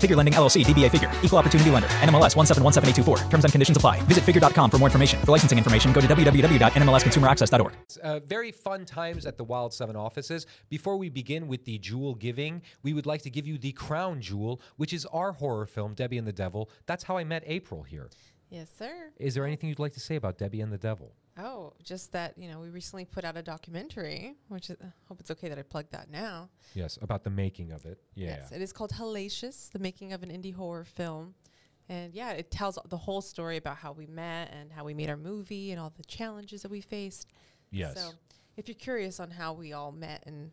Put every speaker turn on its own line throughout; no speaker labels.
Figure Lending LLC, DBA Figure, Equal Opportunity Lender, NMLS 1717824. Terms and conditions apply. Visit figure.com for more information. For licensing information, go to www.nmlsconsumeraccess.org.
Uh, very fun times at the Wild 7 offices. Before we begin with the jewel giving, we would like to give you the crown jewel, which is our horror film, Debbie and the Devil. That's how I met April here.
Yes, sir.
Is there anything you'd like to say about Debbie and the Devil?
Oh, just that you know we recently put out a documentary, which is, I hope it's okay that I plug that now.
Yes, about the making of it. Yeah.
Yes, it is called Hellacious: The Making of an Indie Horror Film, and yeah, it tells the whole story about how we met and how we made our movie and all the challenges that we faced.
Yes.
So, if you're curious on how we all met and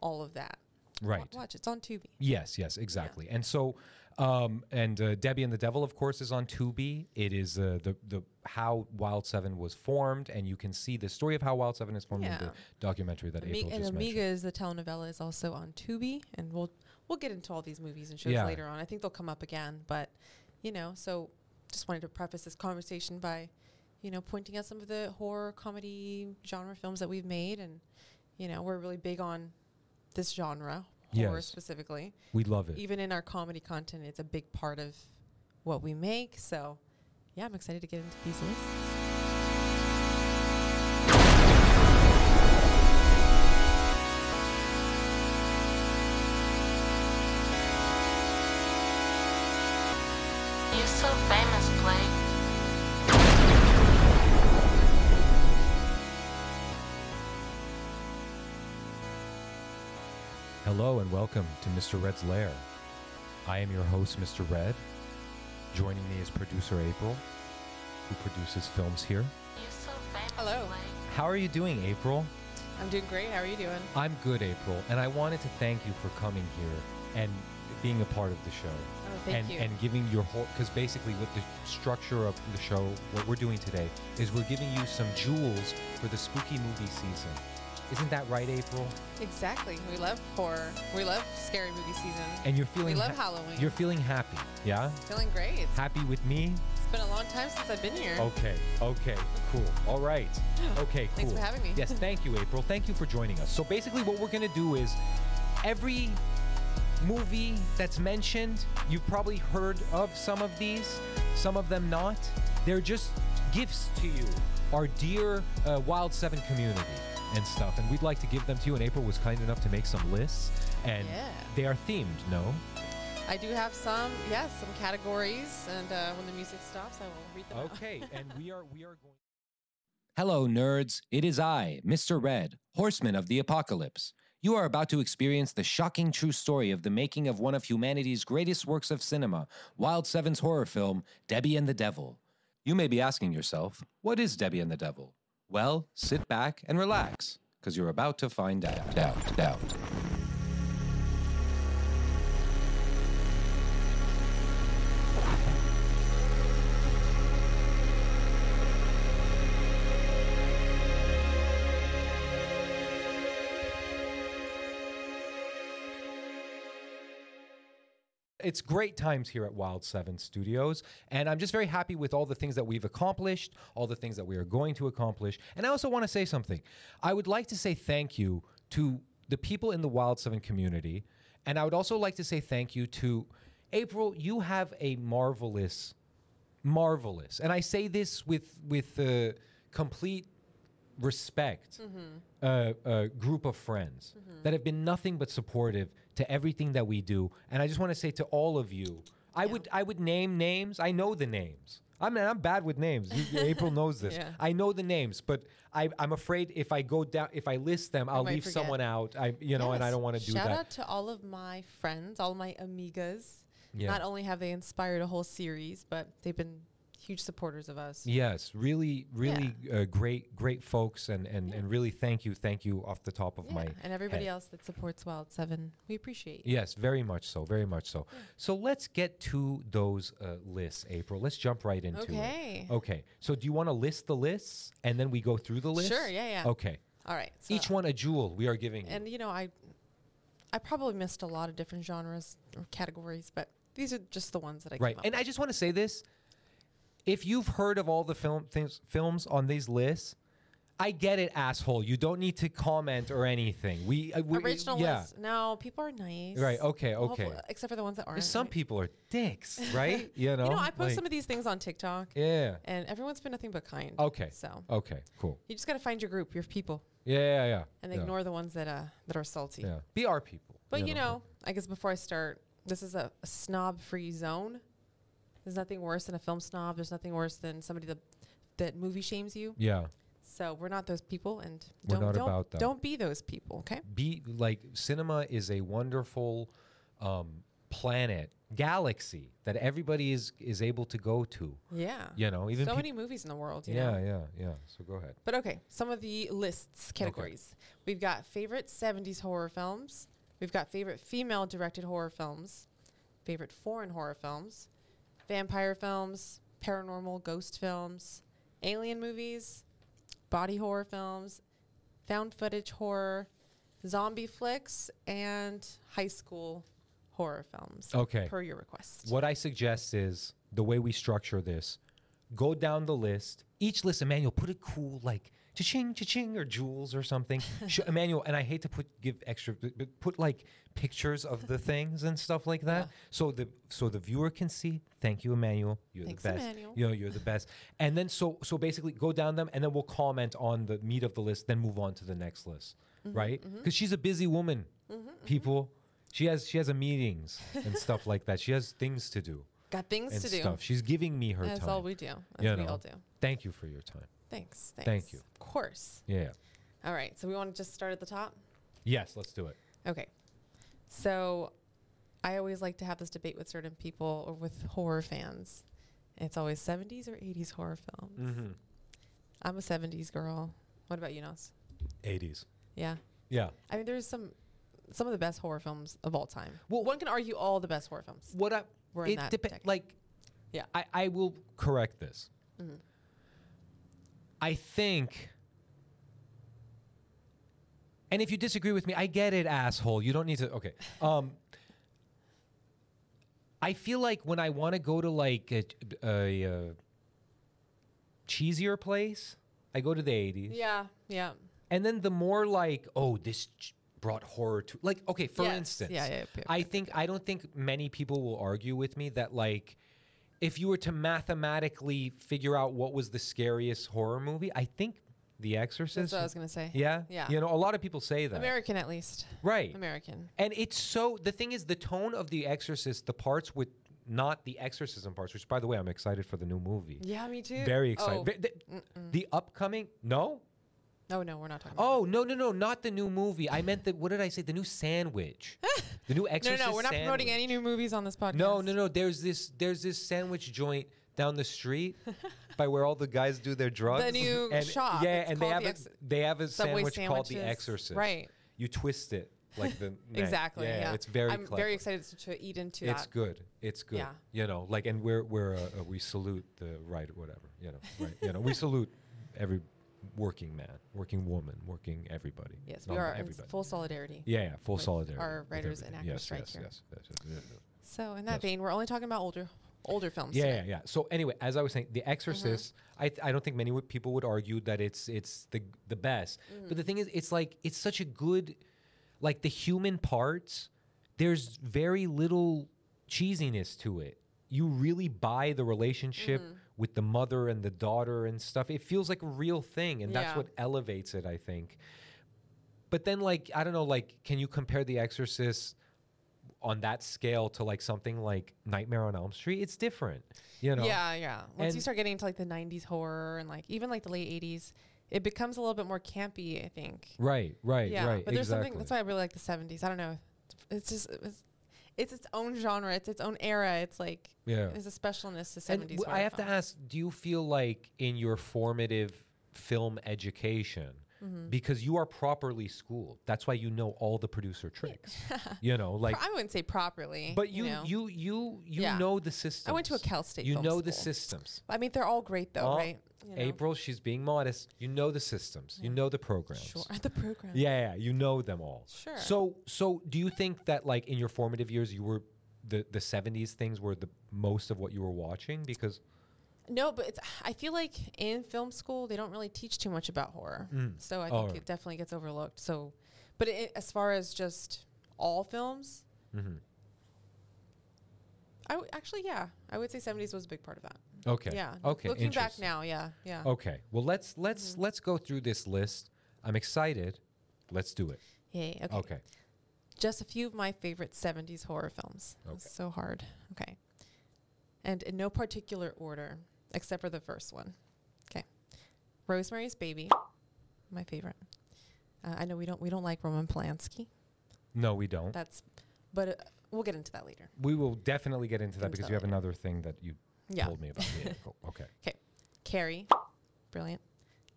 all of that, wa-
Right.
Watch it's on Tubi.
Yes, yes, exactly. And so, um, and uh, Debbie and the Devil, of course, is on Tubi. It is uh, the the how Wild Seven was formed, and you can see the story of how Wild Seven is formed in
Yeah.
the documentary that
Ami-
April
and
just
Amiga
mentioned.
is the telenovela is also on Tubi, and we'll we'll get into all these movies and shows
Yeah.
later on. I think they'll come up again, but you know, so just wanted to preface this conversation by, you know, pointing out some of the horror comedy genre films that we've made, and you know, we're really big on this genre horror
Yes.
specifically.
We love it.
Even in our comedy content, it's a big part of what we make. So, yeah, I'm excited to get into these lists.
You're so famous, Blake.
Hello and welcome to Mr. Red's Lair. I am your host, Mr. Red. Joining me is producer April, who produces films here.
You're so famous,
Hello.
Blake.
How are you doing, April?
I'm doing great. How are you doing?
I'm good, April, and I wanted to thank you for coming here and being a part of the show.
Oh, thank
and,
you.
and giving your whole because basically what the structure of the show, what we're doing today is we're giving you some jewels for the spooky movie season. Isn't that right, April?
Exactly. We love horror. We love scary movie season.
And you're feeling
we love
ha-
Halloween.
You're feeling happy, yeah?
feeling great. It's-
Happy with me?
It's been a long time since I've been here.
Okay, okay, cool. All right. Okay, cool.
Thanks for having me.
Yes, thank you, April. Thank you for joining us. So basically, what we're going to do is every movie that's mentioned, you've probably heard of some of these, some of them not. They're just gifts to you, our dear uh, Wild 7 community and stuff. And we'd like to give them to you. And April was kind enough to make some lists. And
Yeah.
they are themed, no?
I do have some, yes, some categories, and uh, when the music stops, I will read them. out.
Okay, and we are we are going. Hello, nerds! It is I, Mr. Red, Horseman of the Apocalypse. You are about to experience the shocking true story of the making of one of humanity's greatest works of cinema, Wild Seven's horror film, Debbie and the Devil. You may be asking yourself, what is Debbie and the Devil? Well, sit back and relax, because you're about to find out. Out, out. it's great times here at Wild Seven Studios, and I'm just very happy with all the things that we've accomplished, all the things that we are going to accomplish. And I also want to say something. I would like to say thank you to the people in the Wild Seven community, and I would also like to say thank you to April. You have a marvelous marvelous. And I say this with with uh, complete respect.
Mm-hmm.
Uh, a group of friends that have been nothing but supportive to everything that we do. And I just want to say to all of you, I would I would name names. I know the names. I mean, I'm bad with names. You- April knows this.
Yeah.
I know the names, but I, I'm afraid if I go down, if I list them, I'll
might
leave someone
forget.
out. I, you know, and I
Yes.
don't want to do
Shout
that.
out to all of my friends, all my amigas.
Yeah.
Not only have they inspired a whole series, but they've been huge supporters of us.
Yes, really, really uh, great, great folks, and and and really thank you, thank you off the top of
Yeah,
my
and everybody
head.
else that supports Wild Seven, we appreciate you.
Yes, very much so, very much so. So let's get to those uh, lists, April. Let's jump right into
Okay.
it. Okay. So do you want to list the lists and then we go through the list?
Sure, yeah, yeah.
Okay.
All right. So
Each one a jewel we are giving. you.
And you know, I I probably missed a lot of different genres or categories, but these are just the ones that I
right.
came up
And I
with.
just want to say this: if you've heard of all the film things, films on these lists, I get it, asshole. You don't need to comment or anything. We, uh, we
original
yeah.
list. No, people are nice.
Right, okay,
Hopefully-
okay.
Except for the ones that aren't.
There's Some
right?
people are dicks, right? You know,
You know, I post
like-
some of these things on TikTok,
Yeah.
and everyone's been nothing but kind.
Okay.
So
Okay. Cool.
you just gotta find your group, your people,
Yeah. Yeah. yeah.
and
yeah,
ignore the ones that uh that are salty.
Yeah. Be our people.
But you know, I guess before I start, this is a, a snob-free zone. There's nothing worse than a film snob. There's nothing worse than somebody that that movie shames you.
Yeah.
So we're not those people, and
We're
don't
not
don't,
about that.
don't be those people. Okay.
Be like cinema is a wonderful um, planet, galaxy that everybody is is able to go to.
Yeah.
You know, even
so
peop-
many movies in the world. You
yeah.
Know?
Yeah. Yeah. So go ahead.
But okay, some of the lists categories. We've got favorite '70s horror films. We've got favorite female-directed horror films, favorite foreign horror films, vampire films, paranormal ghost films, alien movies, body horror films, found footage horror, zombie flicks, and high school horror films.
Okay.
Per your request.
What I suggest is the way we structure this: go down the list. Each list, Emmanuel, put a cool like cha-ching, cha-ching, or jewels or something. Sh- Emmanuel, and I hate to put give extra, but, but put like pictures of the things and stuff like that, so the so the viewer can see. Thank you, Emmanuel. You're
Thanks,
the best.
Emmanuel.
You know, you're the best. And then so so basically, go down them, and then we'll comment on the meat of the list, then move on to the next list,
Mm-hmm,
right? Because she's a busy woman. people. She has she has a meetings and stuff like that. She has things to do
Got things
and
to do.
stuff. She's giving me her
That's
time.
all we do. That's
you
what we
know.
all do.
Thank you for your time.
Thanks. Thanks.
you.
Of course.
Yeah.
All right. So we want to just start at the top.
Yes, let's do it.
Okay. So I always like to have this debate with certain people or with horror fans. And it's always 70s or 80s horror films.
Mm-hmm.
I'm a 70s girl. What about you, Nos?
80s.
Yeah.
Yeah.
I mean, there's some some of the best horror films of all time. Well, one can argue all the best horror films.
What I
We're in
it
that
depe-
decade.
like
Yeah. Mm-hmm.
I I will correct this. I think And if you disagree with me, I get it, asshole. You don't need to Okay. Um I feel like when I want to go to like a, a, uh cheesier place, I go to the 80s.
Yeah. Yeah.
And then the more like, oh, this ch- brought horror to like, okay, for
Yes.
instance,
Yeah, yeah, yeah, yeah,
I
yeah.
think I don't think many people will argue with me that like, if you were to mathematically figure out what was the scariest horror movie, I think The Exorcist.
That's what I was going to say.
yeah,
Yeah.
You know, a lot of people say that,
American, at least.
right?
American.
And it's so the thing is the tone of The Exorcist, the parts with not the exorcism parts, which by the way, I'm excited for the new movie.
Yeah, me too.
Very excited.
Oh.
Ve- The, the upcoming? No,
Oh, no, we're not talking about
Oh no no no! Not the new movie. I meant the what did I say? The new sandwich. the new
No, no,
Exorcist.
no, we're not promoting any
sandwich.
new movies on this podcast.
No no no. There's this there's this sandwich joint down the street by where all the guys do their drugs.
new
and,
shop.
Yeah,
It's
and they
called
have
the
a,
Ex-
they have a
Subway
sandwich called the
sandwiches.
Exorcist.
Right.
You twist it like the neck.
Exactly.
Yeah,
Yeah,
it's very.
I'm
clever.
very excited to, to eat into
It's
that.
good. It's good.
Yeah.
You know, like, and we're we're uh, uh, we salute the right, whatever. You know, right. You know, we salute every working man, working woman, working everybody.
Yes,
Not
we are in
everybody.
full solidarity.
Yeah, yeah, full
with
solidarity.
our
with
writers and
everybody.
actors
yes,
right
yes,
here.
Yes, yes, yes, yes, yes.
So in that vein, we're only talking about older older films.
Yeah,
today.
yeah, yeah. So anyway, as I was saying,
Uh-huh.
The Exorcist, I, th- I don't think many would, people would argue that it's it's the the best.
Mm-hmm.
But the thing is, it's like it's such a good, like the human parts. There's very little cheesiness to it. you really buy the relationship
Mm-hmm.
with the mother and the daughter and stuff. It feels like a real thing, and that's
Yeah.
what elevates it, I think. But then, like, I don't know, like, can you compare The Exorcist on that scale to like something like Nightmare on Elm Street? It's different, you know.
Yeah, yeah. Once you
And-
start getting into like the '90s horror and like even like the late '80s, it becomes a little bit more campy. I think.
Right. Right.
yeah,
right.
but there's
exactly.
something. That's why I really like the '70s. I don't know. It's just it's, it's its own genre. It's its own era. It's like
Yeah.
There's a specialness to
And
'70s.
w- I
horror
have to
films.
ask: Do you feel like in your formative film education,
Mm-hmm.
because you are properly schooled, that's why you know all the producer tricks. you know, like,
Pro- I wouldn't say properly,
but you
know.
you you you
Yeah.
know the systems.
I went to a Cal State
You
film
know the
school.
systems.
I mean, they're all great though,
Well,
right? You know.
April, she's being modest. You know the systems. You know the programs.
Sure. At the program.
Yeah, yeah, you know them all.
Sure.
So, so do you think that like in your formative years, you were the the '70s things were the most of what you were watching because
No, but it's, I feel like in film school they don't really teach too much about horror, so I think
Oh.
it definitely gets overlooked. So, but it, as far as just all films,
Mm-hmm.
I w- actually yeah, I would say '70s was a big part of that.
okay,
Yeah.
okay,
Looking back
interesting. Oh.
now, Mm-hmm. yeah, yeah.
Okay. Well, let's let's let's go through this list. I'm excited. Let's do it.
Yay. Okay.
Okay.
Just a few of my favorite '70s horror films.
Okay.
So hard. Okay. And in no particular order, except for the first one. Okay. Rosemary's Baby, my favorite. Uh, I know we don't we don't like Roman Polanski.
No, we don't.
That's, but uh, we'll get into that later.
we will definitely get into that
Into
because
that
you have
later.
another thing that you
Yeah.
told me about. Yeah, cool. Okay.
Okay. Carrie, brilliant.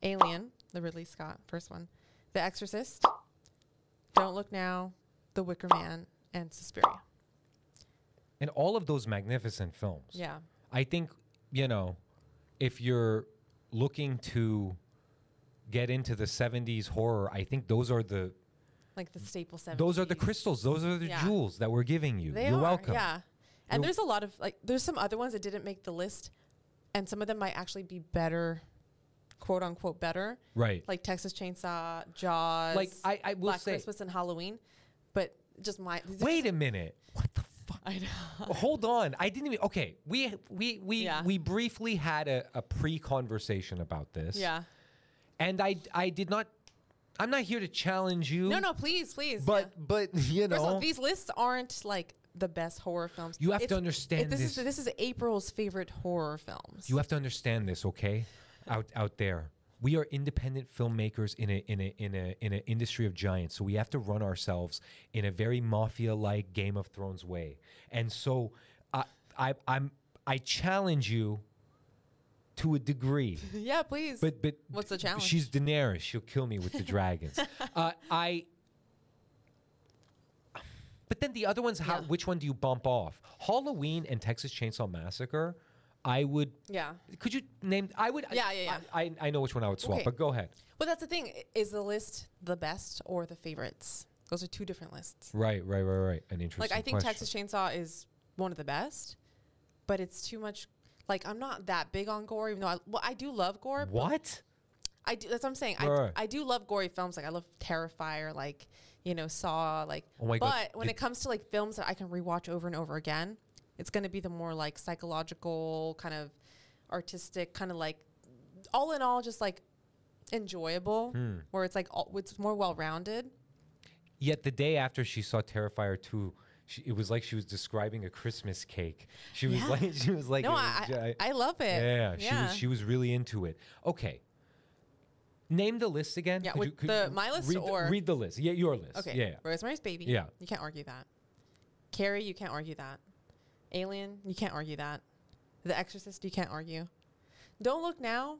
Alien, the Ridley Scott first one. The Exorcist, Don't Look Now, The Wicker Man, and Suspiria.
And all of those magnificent films.
Yeah.
I think, you know, if you're looking to get into the 70s horror, I think those are the
Like the staple 70s.
those are the crystals, those are the
Yeah.
jewels that we're giving you.
They
You're
are,
welcome.
Yeah. And
You're-
there's a lot of like there's some other ones that didn't make the list and some of them might actually be better quote unquote better.
Right.
Like Texas Chainsaw, Jaws,
Like, I- I will
Black
say-
Christmas and Halloween. But just my
Wait a Oh, minute. What the fuck?
I know.
Hold on. I didn't even Okay, we we we
Yeah.
we briefly had a, a pre-conversation about this.
Yeah.
And I I did not I'm not here to challenge you.
No, no, please, please.
But
yeah.
but you know
First of all, these lists aren't like the best horror films.
You have to understand
this.
this.
Is, this is April's favorite horror films.
You have to understand this, okay? Out out there. We are independent filmmakers in a in a in a in an industry of giants. So we have to run ourselves in a very mafia-like Game of Thrones way. And so I I I'm I challenge you to a degree.
yeah, please.
But but
What's the
b-
challenge?
She's Daenerys. She'll kill me with the dragons. uh, I. But then the other ones, how, which one do you bump off? Halloween and Texas Chainsaw Massacre. I would.
yeah.
Could you name? I would.
Yeah, yeah, yeah.
I, I, I know which one I would swap,
Okay.
but go ahead.
But that's the thing: i- is the list the best or the favorites? Those are two different lists.
Right, right, right, right. An interesting.
Like I think
question.
Texas Chainsaw is one of the best, but it's too much. Like I'm not that big on gore, even though I well I do love gore. but
What?
I do, that's what I'm saying. I,
Right.
I do love gory films. Like I love Terrifier, like you know Saw, like.
Oh my
but
God,
when
did-
it comes to like films that I can rewatch over and over again, it's going to be the more like psychological kind of artistic kind of like all in all just like enjoyable
Hmm.
where it's like all, it's more well rounded.
Yet the day after she saw Terrifier two. She, it was like she was describing a Christmas cake. She was
Yeah.
like, she was like,
No,
it
I,
was
I
gi-
I love it.
Yeah, she
yeah.
was she was really into it. Okay. Name the list again.
Yeah,
Could
with
you- could
the-
you
my list
read the-
or-
read the list. Yeah, your list.
okay.
Yeah. yeah.
Rosemary's Baby.
Yeah.
you can't argue that. Carrie, you can't argue that. Alien, you can't argue that. The Exorcist, you can't argue. Don't look now.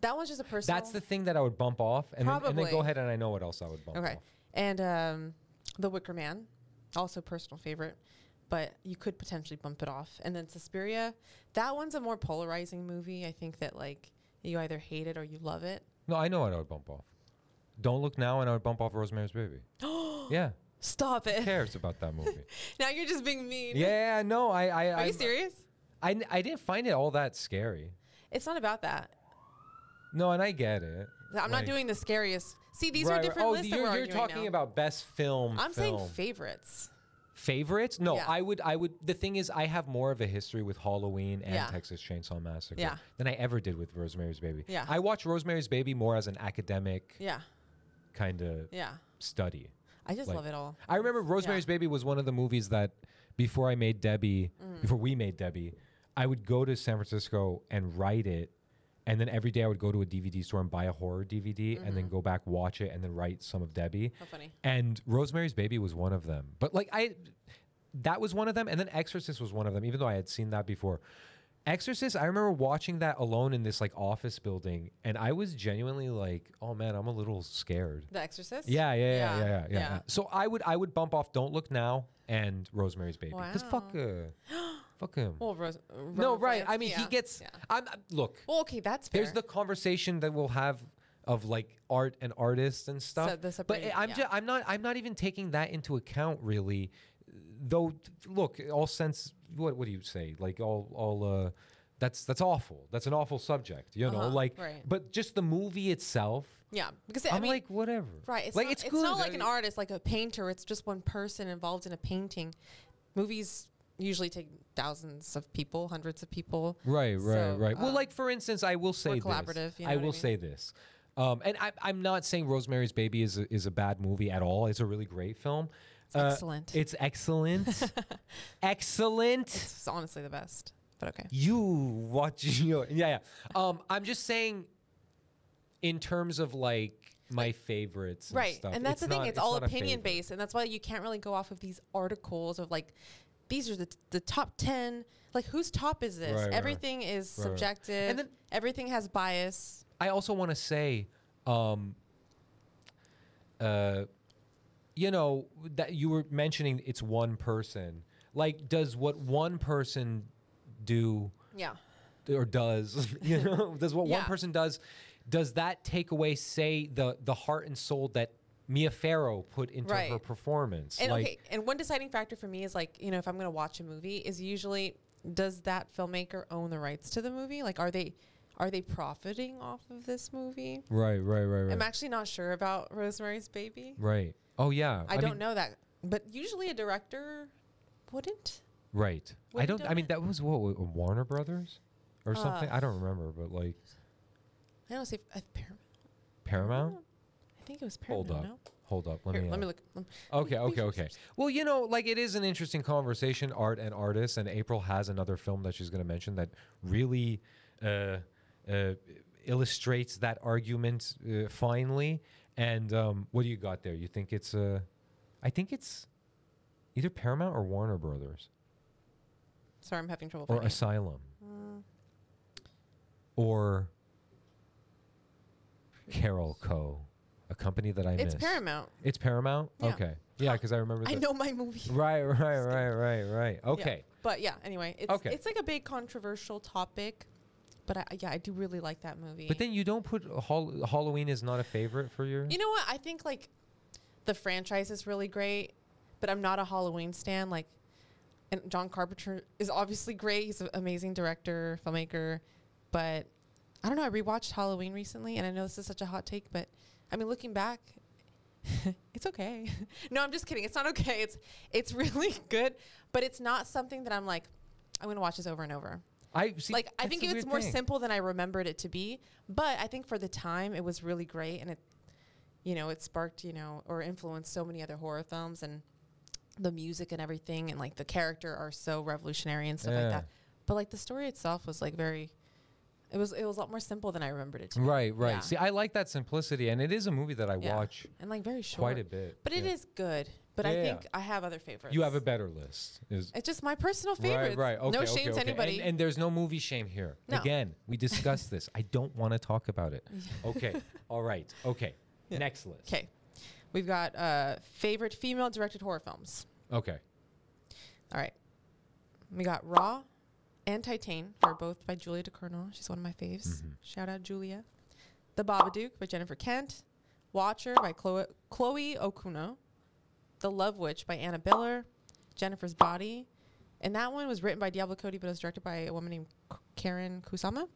That one's just a personal.
That's the thing that I would bump off, and then, and then go
Probably.
ahead and I know what else I would bump
Okay.
off.
And um, The Wicker Man, also personal favorite, but you could potentially bump it off. And then Suspiria, that one's a more polarizing movie. I think that like you either hate it or you love it.
No, I know what I would bump off. Don't look now, and I would bump off Rosemary's Baby. yeah,
Stop
who
it.
cares about that movie?
now you're just being mean.
yeah, uh, no, I, I,
Are
I,
you serious?
I, n- I didn't find it all that scary.
It's not about that.
No, and I get it.
Th- I'm
Like-
not doing the scariest. See, these
Right,
are
right.
different
Oh,
lists that
you're,
we're
you're
arguing
talking
now.
about best film.
I'm
film.
saying favorites.
favorites? No,
Yeah.
I would. I would. The thing is, I have more of a history with Halloween and
Yeah.
Texas Chainsaw Massacre
Yeah.
than I ever did with Rosemary's Baby.
Yeah.
I watch Rosemary's Baby more as an academic
Yeah.
kind of
Yeah.
study.
I just
Like-
love it all.
I remember Rosemary's Baby was one of the movies that before I made Debbie,
Mm.
before we made Debbie, I would go to San Francisco and write it. And then every day I would go to a DVD store and buy a horror DVD and then go back, watch it, and then write some of Debbie.
Mm-hmm. How funny.
And Rosemary's Baby was one of them. But like, I, that was one of them. And then Exorcist was one of them, even though I had seen that before. Exorcist, I remember watching that alone in this like office building. And I was genuinely like, oh man, I'm a little scared.
The Exorcist?
Yeah, yeah, yeah, yeah, yeah, yeah, yeah. So I would I would bump off Don't Look Now and Rosemary's Baby because fuck uh, fuck him.
Well, Rose, uh,
no,
Roman
right? I
Polanski,
mean, he
yeah,
gets.
yeah.
I'm uh, look.
Well, okay, that's fair.
there's the conversation that we'll have of like art and artists and stuff.
the
but
separating-
I- I'm
yeah.
just I'm not I'm not even taking that into account really. Though, t- look, all sense. What what do you say? Like all all. uh that's that's awful. That's an awful subject, you know.
Uh-huh,
Like,
right.
but just the movie itself.
yeah, because
I'm
I mean,
like whatever.
right? It's
like
not,
it's,
it's,
good.
not like
I-
an artist, like a painter. It's just one person involved in a painting. Movies usually take thousands of people, hundreds of people.
Right, right,
So,
right. well,
um,
like for instance, I will say
collaborative,
This.
you
I
know
will
what I
say
mean?
this, um, and I, I'm not saying Rosemary's Baby is a, is a bad movie at all. It's a really great film. It's
excellent.
It's excellent. excellent.
It's honestly the best. But okay.
You watching your yeah yeah. Um, I'm just saying, in terms of like my favorites, and
right
stuff,
and that's the thing
not-
it's, all
not a
opinion
favorite.
based and that's why you can't really go off of these articles of like these are the, the top 10 like whose top is this
Right, right.
everything is
Right, right. And
subjective
then-
everything has bias
I also want to say, um, uh, you know, that you were mentioning it's one person. Like, does what one person do
yeah
or does, you know, does what one
Yeah.
person does, does that take away, say, the the heart and soul that Mia Farrow put into her
Right.
performance?
and
like,
okay and one deciding factor for me is like you know if i'm going to watch a movie is usually does that filmmaker own the rights to the movie like are they are they profiting off of this movie
right, right, right, right,
i'm actually not sure about rosemary's baby
right. Oh yeah,
i, don't
mean,
know that but usually a director wouldn't
Right. I
Wouldn't
don't.
have
I mean,
it.
that was what wa- Warner Brothers or
Uh,
something. I don't remember, but like
i don't see if, if
Paramount.
I think it was
Hold
Paramount.
up.
No?
Hold up. Let
Here,
me.
let
uh,
me look. Um,
Okay. Okay. Okay. Well, you know, like it is an interesting conversation, art and artists. And April has another film that she's going to mention that really uh, uh, illustrates that argument uh, finely. And um, what do you got there? You think it's Uh, I think it's either Paramount or Warner Brothers
Sorry, I'm having trouble.
or
finding it.
Asylum
Hmm.
or Carol Co. A company that I
It's
miss.
Paramount.
It's Paramount.
Yeah.
Okay. Yeah, because I remember.
I
that.
know my movie.
Right, right, right, right, right.
Yeah.
Okay.
But yeah, anyway, it's
Okay.
it's like a big controversial topic, but I, yeah, I do really like that movie.
But then you don't put Hall- Halloween is not a favorite for your.
you know what? I think like the franchise is really great, but I'm not a Halloween stan. Like, and John Carpenter is obviously great. He's an amazing director, filmmaker, but I don't know. I rewatched Halloween recently, and I know this is such a hot take, but I mean, looking back, it's okay. no, I'm just kidding. It's not okay. It's it's really good, but it's not something that I'm like. I'm gonna watch this over and over.
I see,
like I
that's
think
the
it was
weird
more
thing.
simple than I remembered it to be, but I think for the time it was really great, and it, you know, it sparked you know or influenced so many other horror films and the music and everything and like the character are so revolutionary and stuff
Yeah.
like that. But like the story itself was like very, it was it was a lot more simple than I remembered it to be.
Right, right.
Yeah.
See, I like that simplicity, and it is a movie that I
Yeah.
watch.
and like very short,
quite a bit,
But it
yeah.
is good. But I
Yeah, yeah.
think I have other favorites.
You have a better list. Is
It's just my personal favorites.
Right, right. Okay,
no
okay,
shame to
okay. And-
anybody.
And, there's no movie shame here.
No.
Again, we discussed this. I don't want to talk about it. Okay. All right. Okay. Next list.
Okay, we've got uh, favorite female directed horror films.
Okay.
All right. We got Raw and Titan are both by Julia DeCournau. She's one of my faves. Shout out Julia. The Babadook by Jennifer Kent. Watcher by Chloe, Chloe Okuno. The Love Witch by Anna Biller. Jennifer's Body. And that one was written by Diablo Cody, but it was directed by a woman named K- Karen Kusama.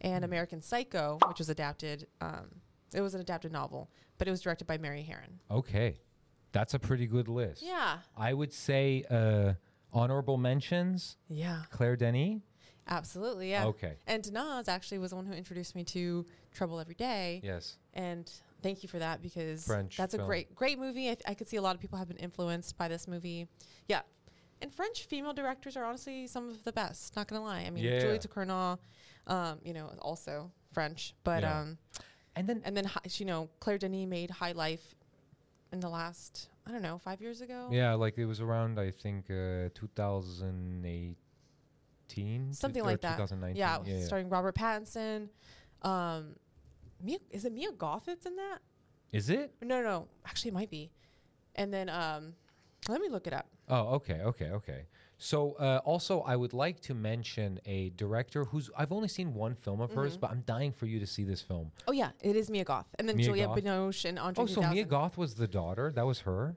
And American Psycho, which was adapted, um, it was an adapted novel, but it was directed by Mary Herron.
Okay. That's a pretty good list.
Yeah.
I would say uh, honorable mentions
Yeah.
Claire Denis.
Absolutely. Yeah.
Okay.
And Nas actually was the one who introduced me to Trouble Every Day.
Yes.
And thank you for that because
French
that's a
film.
great, great movie. I, th- I could see a lot of people have been influenced by this movie. Yeah. And French female directors are honestly some of the best. Not gonna lie. I mean,
Yeah.
Julie Ducournau, um, you know, also French, but
Yeah.
um,
And then
and then hi- you know, Claire Denis made High Life in the last I don't know five years ago.
Yeah, like it was around I think uh, 2018,
something
or
like that.
2019.
Yeah, starting Robert Pattinson. Um, Mia, is it Mia Goth that's in that?
Is it?
No, no, actually, it might be. And then um, let me look it up.
Oh, okay, okay, okay. So uh, also, I would like to mention a director who's I've only seen one film of
Mm-hmm.
hers, but I'm dying for you to see this film.
Oh yeah, it is Mia Goth, and then
Mia
Juliette
Goth?
Binoche and Andre.
Oh, so Mia
3000.
Goth was the daughter. That was her.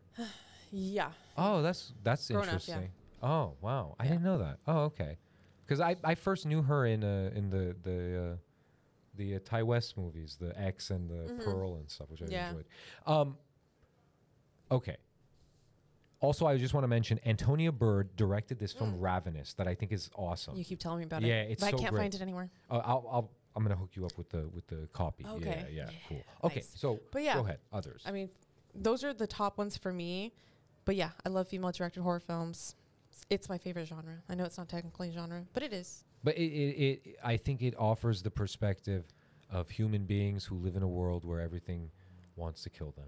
Yeah,
Oh, that's that's
Grown up, yeah.
interesting. Oh, wow, I didn't know that. Oh, okay. Because I, I first knew her in uh, in the the uh, the uh, Ty West movies, the X and the Pearl and stuff, which I
Mm-hmm. Yeah.
enjoyed. Um, okay. Also, I just want to mention Antonia Bird directed this film Ravenous, that I think is awesome.
Mm. you keep telling me about it.
Yeah, it's
but
so
I can't
great.
find it anywhere.
Uh, I'll, I'll, I'm gonna hook you up with the with the copy.
Okay.
Yeah, yeah, cool. Okay,
nice.
so
But yeah.
go ahead. Others.
I mean, those are the top ones for me. But yeah, I love female directed horror films. S- It's my favorite genre. I know it's not technically a genre, but it is.
but it, it, it, I think it offers the perspective of human beings who live in a world where everything wants to kill them.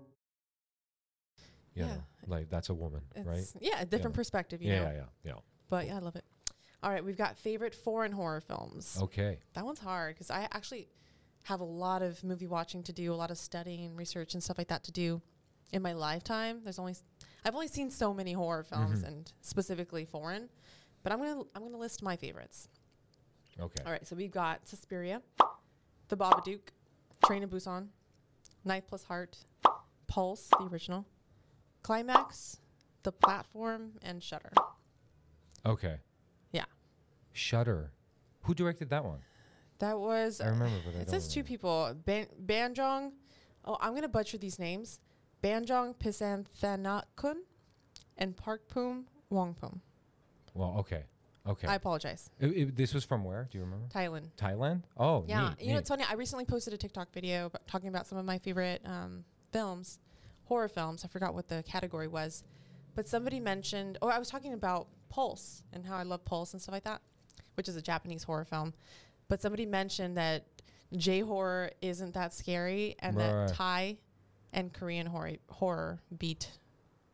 You
Yeah.
know, like that's a woman,
It's,
right?
Yeah, a different
Yeah.
perspective, you
Yeah,
know.
yeah, yeah, yeah.
But yeah, I love it. All right, we've got favorite foreign horror films.
Okay.
That one's hard because I actually have a lot of movie watching to do, a lot of studying and research and stuff like that to do in my lifetime. There's only s- I've only seen so many horror films and specifically foreign, but I'm gonna I'm gonna list my favorites.
Okay.
All right, so we've got Suspiria, The Babadook, Train to Busan, Knife Plus Heart, Pulse, the original, Climax, The Platform, and Shutter.
Okay.
Yeah,
Shutter. Who directed that one?
that was.
I remember, but I
It
don't
says two
remember.
people. Ban- Banjong. Oh, I'm gonna butcher these names. Banjong Pisanthanakun and Park Poom Wongpum.
Well, okay, okay.
I apologize.
I- I- this was from where? Do you remember?
Thailand.
Thailand. Oh,
Yeah,
neat,
you know it's
neat.
funny. I recently posted a TikTok video about, talking about some of my favorite um, films, horror films. I forgot what the category was, but somebody mentioned. Oh, I was talking about Pulse and how I love Pulse and stuff like that, which is a Japanese horror film. But somebody mentioned that J horror isn't that scary, and
Right.
that Thai and Korean horror horror beat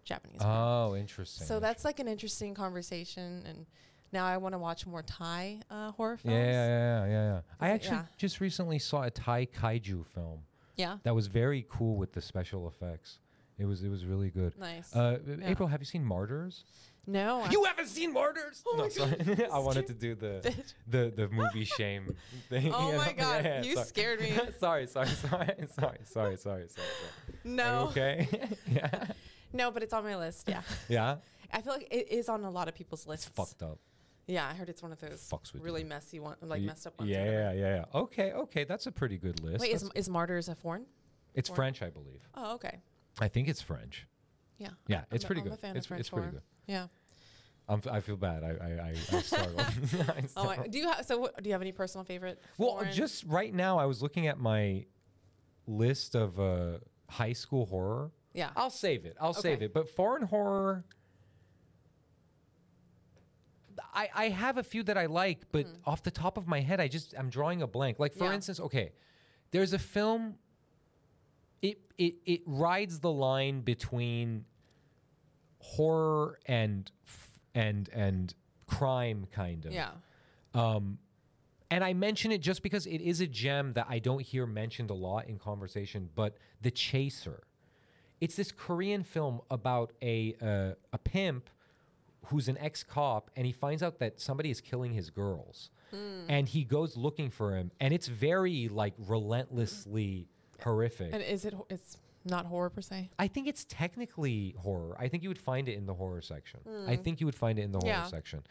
Japanese. horror.
Oh, interesting.
So that's like an interesting conversation, and now I want to watch more Thai uh, horror
Yeah,
films.
yeah, yeah, yeah, yeah. I
it-
actually
yeah.
just recently saw a Thai kaiju film
Yeah?
that was very cool with the special effects. It was it was really good.
Nice.
Uh,
Yeah.
April, have you seen Martyrs?
No, I-
You haven't seen Martyrs?
Oh
no,
my
sorry.
God.
I wanted to do the the, the movie shame thing.
Oh
you
my
know?
God, you scared me.
sorry, sorry, sorry, sorry, sorry, sorry, sorry. sorry. Are
no,
you okay? yeah.
no, but it's on my list. Yeah,
Yeah.
I feel like it is on a lot of people's lists.
Fucked up.
Yeah, I heard it's one of those
Fucks with you.
really messy one, like
Y-
messed up ones. or
Yeah,
whatever.
yeah, yeah, yeah. Okay, okay. That's a pretty good list.
Wait, is,
That's-
is Martyrs a foreign?
it's French, I believe.
Oh, okay.
I think it's French.
Yeah.
Yeah,
I'm
it's
a-
pretty
I'm
good.
A fan
It's-
of French
it's pretty
horror.
good.
Yeah.
I'm f- I feel bad. I I, I, I struggle. I
Oh my.
struggle.
Do you have so? What, do you have any personal favorite?
Well,
foreign-
just right now, I was looking at my list of uh, high school horror.
Yeah.
I'll save it. I'll save
Okay.
it. But foreign horror, I, I have a few that I like, but off the top of my head, I just I'm drawing a blank. Like for
Hmm. Yeah.
instance, okay, there's a film. It it it rides the line between horror and f- and and crime, kind of
Yeah.
And I mention it just because it is a gem that I don't hear mentioned a lot in conversation, but The Chaser. It's this Korean film about a uh, a pimp who's an ex-cop and he finds out that somebody is killing his girls. And he goes looking for him and it's very like relentlessly horrific.
And is it? ho- It's not horror per se.
I think it's technically horror. I think you would find it in the horror section. I think you would find it in the horror
Hmm. Yeah.
section.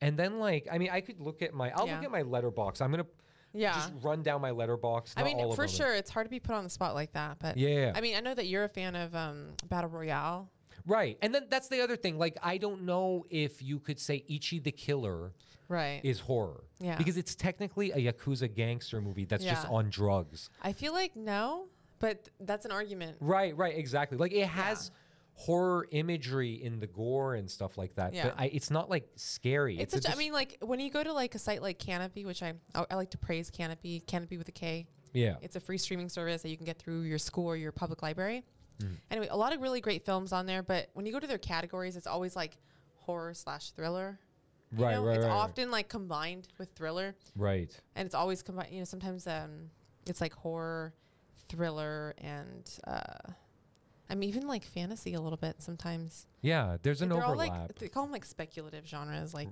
And then like, I mean, I could look at my I'll
Yeah.
look at my letterbox. I'm gonna
Yeah.
just run down my letterbox.
I
not all
mean,
of
for
them.
sure, it's hard to be put on the spot like that. But
Yeah.
I mean, I know that you're a fan of um, Battle Royale.
Right. And then that's the other thing. Like, I don't know if you could say Ichi the Killer
Right.
is horror.
Yeah.
Because it's technically a Yakuza gangster movie that's just
Yeah.
on drugs.
I feel like no, but that's an argument.
Right, right, exactly. Like it has horror imagery in the gore and stuff like that.
Yeah.
But I, it's not like scary.
It's,
a
such. I
just-
mean, like when you go to like a site like Canopy, which I I, I like to praise Canopy, Canopy with a K.
Yeah.
It's a free streaming service that you can get through your school or your public library.
Mm-hmm.
Anyway, a lot of really great films on there, but when you go to their categories, it's always like horror slash thriller. you
Right,
know?
right,
It's
right, right.
often like combined with thriller,
right.
and it's always combined. You know, sometimes um, it's like horror, thriller, and uh, I mean even like fantasy a little bit sometimes.
Yeah. There's an
Like, they're
overlap.
All like, they call them like speculative genres. Like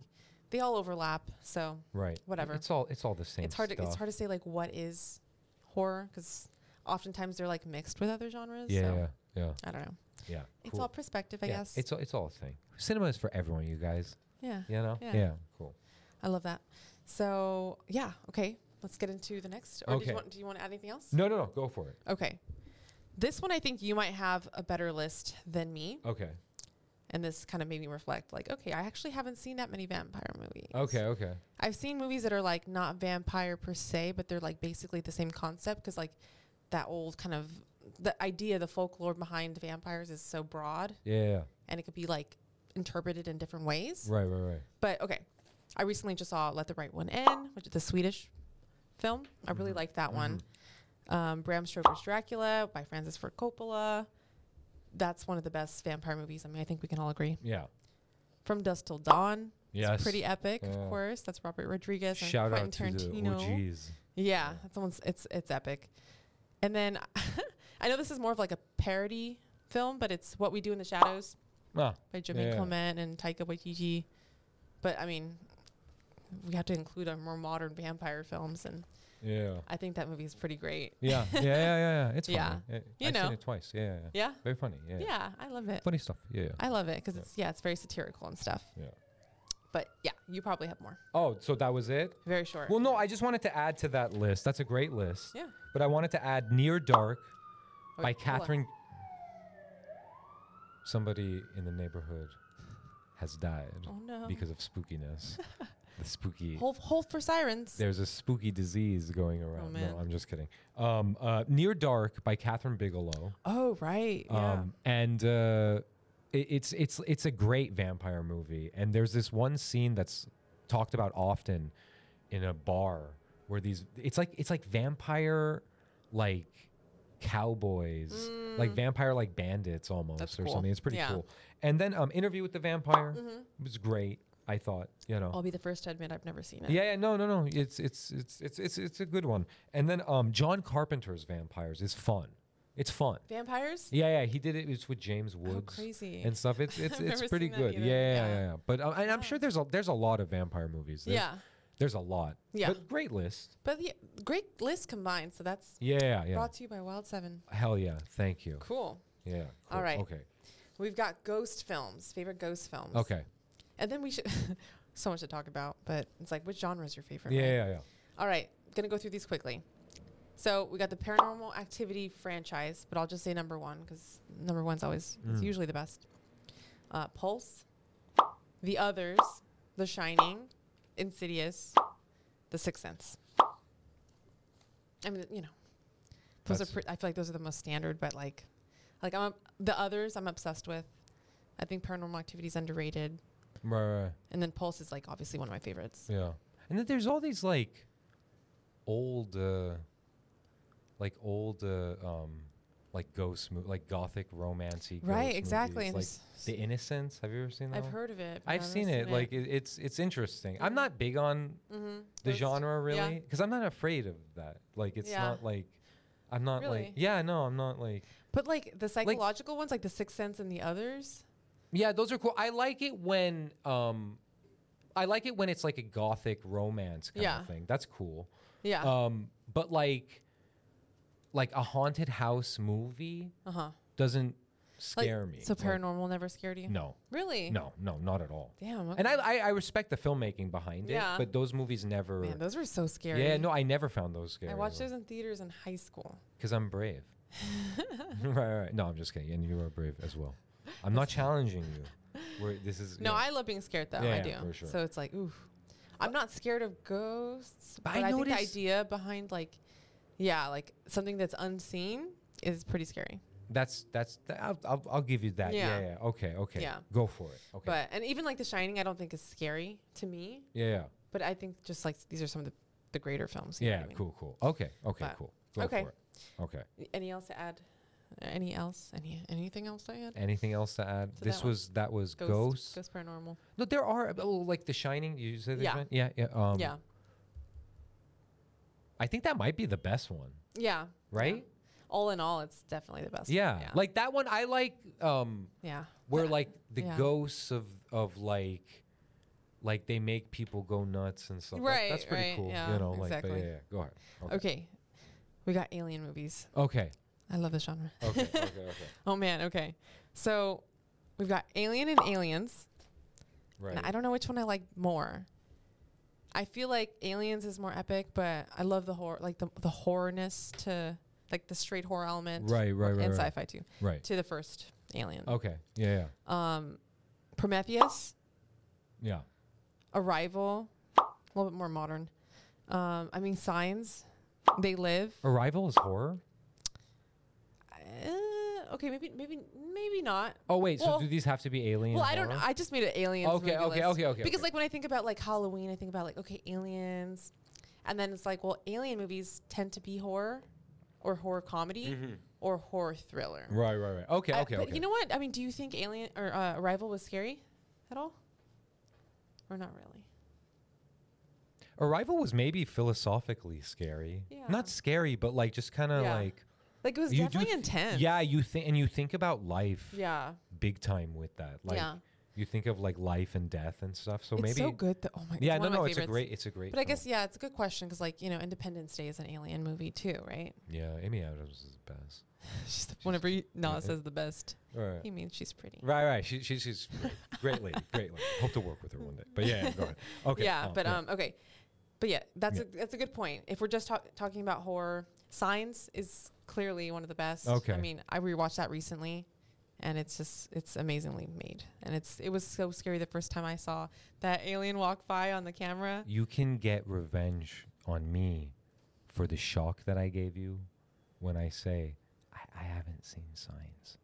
they all overlap. So
right.
whatever.
It's all it's all the same.
it's hard. To, it's
stuff.
hard to say like what is horror because oftentimes they're like mixed with other genres.
Yeah,
So
yeah. Yeah.
I don't know.
Yeah.
It's
cool.
all perspective, I
yeah,
guess.
It's all it's all a thing. Cinema is for everyone, you guys.
yeah.
You know?
Yeah.
Cool.
I love that. So yeah. Okay. Let's get into the next. Or do
Okay.
you want? Do you want to add anything else?
No, no, no. Go for it.
Okay. This one I think you might have a better list than me,
Okay.
and this kind of made me reflect. Like, okay, I actually haven't seen that many vampire movies.
Okay. Okay.
I've seen movies that are like not vampire per se, but they're like basically the same concept because like that old kind of the idea, the folklore behind vampires is so broad
Yeah. yeah.
and it could be like interpreted in different ways.
Right. Right. Right.
But okay, I recently just saw Let the Right One In, which is the Swedish film. I
Mm-hmm.
really liked that one. Um, Bram Stoker's Dracula by Francis Ford Coppola. That's one of the best vampire movies. I mean, I think we can all agree.
Yeah.
From Dusk Till Dawn.
Yes.
It's pretty epic,
Yeah.
of course. That's Robert Rodriguez and
Shout out
Quentin
to the
Tarantino.
OGs.
Yeah, that's one's it's it's epic. And then I know this is more of like a parody film, but it's What We Do in the Shadows
Ah,
by Jimmy
yeah.
Clement and Taika Waititi. But I mean, we have to include our more modern vampire films, and
Yeah.
I think that movie is pretty great.
Yeah. Yeah. Yeah. Yeah. yeah. It's funny.
Yeah.
Yeah,
You
I've
know.
seen it twice. Yeah. Yeah. yeah.
Yeah,
Very funny. Yeah.
yeah, I love it.
Funny stuff. Yeah. Yeah.
I love it because it's yeah, it's very satirical and stuff.
yeah.
But yeah, you probably have more.
Oh, so that was it.
Very short.
Well, no, I just wanted to add to that list. That's a great list.
Yeah.
But I wanted to add Near Dark
Oh,
by
wait, hold on.
Catherine. Somebody in the neighborhood has died
Oh, no.
because of spookiness. the spooky.
Hold, hold for sirens.
There's a spooky disease going around.
Oh, man.
No, I'm just kidding. Um, uh, Near Dark by Catherine Bigelow.
Oh right, yeah.
Um, and uh, it, it's it's it's a great vampire movie. And there's this one scene that's talked about often in a bar where these it's like it's like vampire like cowboys, like vampire like bandits almost
Mm. That's
or
cool.
something. It's pretty
Yeah. Mm-hmm.
cool. And then um, Interview with the Vampire was great. I thought, you know.
I'll be the first to admit I've never seen it.
Yeah, yeah, no, no, no. It's it's it's it's it's it's a good one. And then um, John Carpenter's Vampires is fun. It's fun.
Vampires?
Yeah, yeah, he did it. It's with James Woods
Oh, crazy.
and stuff. It's it's
I've
it's
never
pretty
seen that
good. Yeah,
either.
yeah,
Yeah.
yeah. yeah. But uh, and I'm sure there's a there's a lot of vampire movies. There's,
Yeah.
there's a lot.
Yeah.
but great list.
But yeah, great list combined. So that's
Yeah, yeah, yeah.
brought to you by Wild Seven.
Hell yeah, thank you.
Cool.
Yeah.
All
cool.
right.
Okay.
We've got ghost films, favorite ghost films.
Okay.
And then we should, so much to talk about, but it's like, which genre is your favorite?
Yeah,
right?
yeah, yeah.
All right, gonna go through these quickly. So we got the Paranormal Activity franchise, but I'll just say number one because number one's always
Mm.
it's usually the best. Uh, Pulse, The Others, The Shining, Insidious, The Sixth Sense. I mean, you know, those
That's-
are. Pre- I feel like those are the most standard, but like, like I'm the others. I'm obsessed with. I think Paranormal Activity is underrated,
Right, right, right.
and then Pulse is like obviously one of my favorites.
Yeah. And then there's all these like old uh like old uh, um like ghost mo- like gothic romancy.
Right,
ghost
exactly, and
movies,
s-
Like The Innocents. Have you ever seen that?
I've
one?
heard of it.
I've
but I haven't
seen it. Like it, it's it's interesting. I'm not big on
Mhm.
the
Those-
genre
yeah.
really because I'm not afraid of that. Like it's
Yeah.
not like I'm not like
Really?
yeah no I'm not like
But like the psychological ones, like the Sixth Sense and the others.
Yeah, those are cool. I like it when um I like it when it's like a gothic romance kind
Yeah.
of thing. That's cool.
Yeah.
Um but like like a haunted house movie
Uh huh.
doesn't
Like,
scare me.
So
Like,
paranormal never scared you?
no.
Really?
No, no, not at all.
Damn.
And I, I I respect the filmmaking behind
Yeah.
it, but those movies never
Man, those were so scary.
Yeah, no, I never found those scary.
I watched those in theaters in high school.
because I'm brave. right, right, right. No, I'm just kidding. And you are brave as well. I'm not challenging you. We're, this is
No,
yeah.
I love being scared though.
Yeah,
I do.
yeah, for sure.
So it's like, oof. I'm not scared of ghosts,
But
but,
I
I, think the
notice-
idea behind like, yeah, like something that's unseen is pretty scary.
That's that's th- I'll, I'll, I'll give you that. Yeah.
Yeah.
yeah. Okay. Okay.
Yeah.
Go for it. Okay.
But and even like The Shining, I don't think is scary to me.
yeah. Yeah.
But I think just like these are some of the, the greater films. you know
Yeah.
what I mean?
Cool. Cool. Okay. Okay.
But-
cool. Go
okay.
for it. Okay.
Y- Any else to add? Any else? Any anything else to add?
Anything else to add?
So
this
that one.
was that was ghost.
Ghost, ghost paranormal.
No, there are oh, like The Shining. You said The
Yeah.
Shining? Yeah. Yeah. Um,
yeah,
I think that might be the best one.
yeah.
Right.
All in all, it's definitely the best. one,
Yeah. Like that one. I like. Um.
yeah,
where like the
yeah.
ghosts of of like like they make people go nuts and stuff. That-
Right,
that's pretty
right,
cool.
yeah,
you know, like but
exactly.
yeah, yeah, go ahead. Okay.
Okay, we got alien movies.
Okay.
I love this genre.
Okay. okay, okay.
Oh man, okay. So we've got Alien and Aliens.
Right.
and I don't know which one I like more. I feel like Aliens is more epic, but I love the horror, like the the horrorness to like the straight horror element,
Right, right, right,
and
right.
sci-fi too,
Right.
to the first Alien.
Okay. Yeah, yeah.
Um, Prometheus,
Yeah.
Arrival, a little bit more modern. Um, I mean Signs, They Live.
Arrival is horror?
Uh, okay, maybe maybe maybe not.
Oh wait,
Well-
so do these have to be alien?
Well, I don't know.
horror?
I just made an aliens.
Okay,
movie
okay,
list.
okay, okay,
Because
okay.
like when I think about like Halloween, I think about like okay, aliens, and then it's like well, alien movies tend to be horror, or horror comedy, or horror thriller.
Right, right, right. Okay,
I-
okay,
but
okay.
you know what? I mean, do you think Alien or uh, Arrival was scary at all, or not really?
Arrival was maybe philosophically scary.
Yeah.
Not scary, but like just kind of
Yeah.
like
Like it was
you do
definitely
th-
intense.
Yeah, you think and you think about life.
Yeah.
big time with that. Like
Yeah.
you think of like life and death and stuff. So
it's
maybe
so good. Though. Oh my.
Yeah, no,
it's one of
no,
my
it's a
favorites.
great, it's a great.
But I
film.
guess yeah, it's a good question because like you know, Independence Day is an Alien movie too, right?
yeah, Amy Adams is the best.
She's the, whenever you, Nala
it-
says the best,
Right,
he means she's pretty.
right, right. She, she, she's great, great lady, great lady. Hope to work with her one day. But yeah, yeah, go ahead. Okay. Oh,
yeah, but
yeah.
um, okay, but yeah, that's
Yeah.
a that's a good point. If we're just talk- talking about horror, Signs is clearly one of the best.
Okay.
I mean, I rewatched that recently, and it's just it's amazingly made, and it's it was so scary the first time I saw that alien walk by on the camera.
you can get revenge on me for the shock that I gave you when I say I, I haven't seen signs.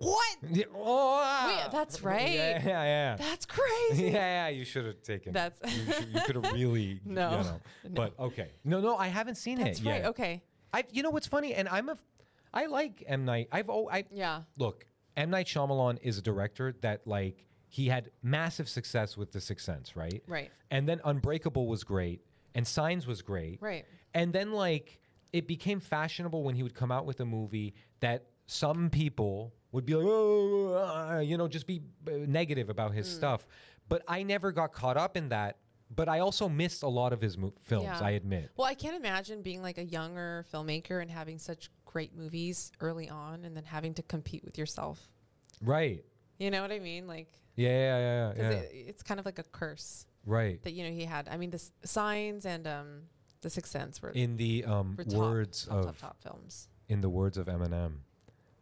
What?
Yeah, oh,
Wait, that's
yeah,
right.
Yeah, yeah.
That's
yeah,
crazy.
yeah, you should have taken.
That's-
you, should- you could have really.
No.
you know,
No.
but okay. No, no, I haven't seen
That's
it
right.
yet.
Okay.
I, you know what's funny, and I'm a, f- I like M Night. I've oh, I
Yeah.
look. M Night Shyamalan is a director that like he had massive success with The Sixth Sense, right?
Right.
And then Unbreakable was great, and Signs was great,
Right.
And then like it became fashionable when he would come out with a movie that some people would be like, oh, ah," you know, just be uh, negative about
Mm.
his stuff. But I never got caught up in that. But I also missed a lot of his mo- films.
Yeah.
I admit.
Well, I can't imagine being like a younger filmmaker and having such great movies early on, and then having to compete with yourself.
Right.
You know what I mean? Like,
Yeah, yeah, yeah, yeah.
'cause
yeah.
it, it's kind of like a curse.
right.
that you know he had. I mean, the s- signs and um, the Sixth Sense were,
in the um,
were top,
words
top,
of
top top films
in the words of Eminem,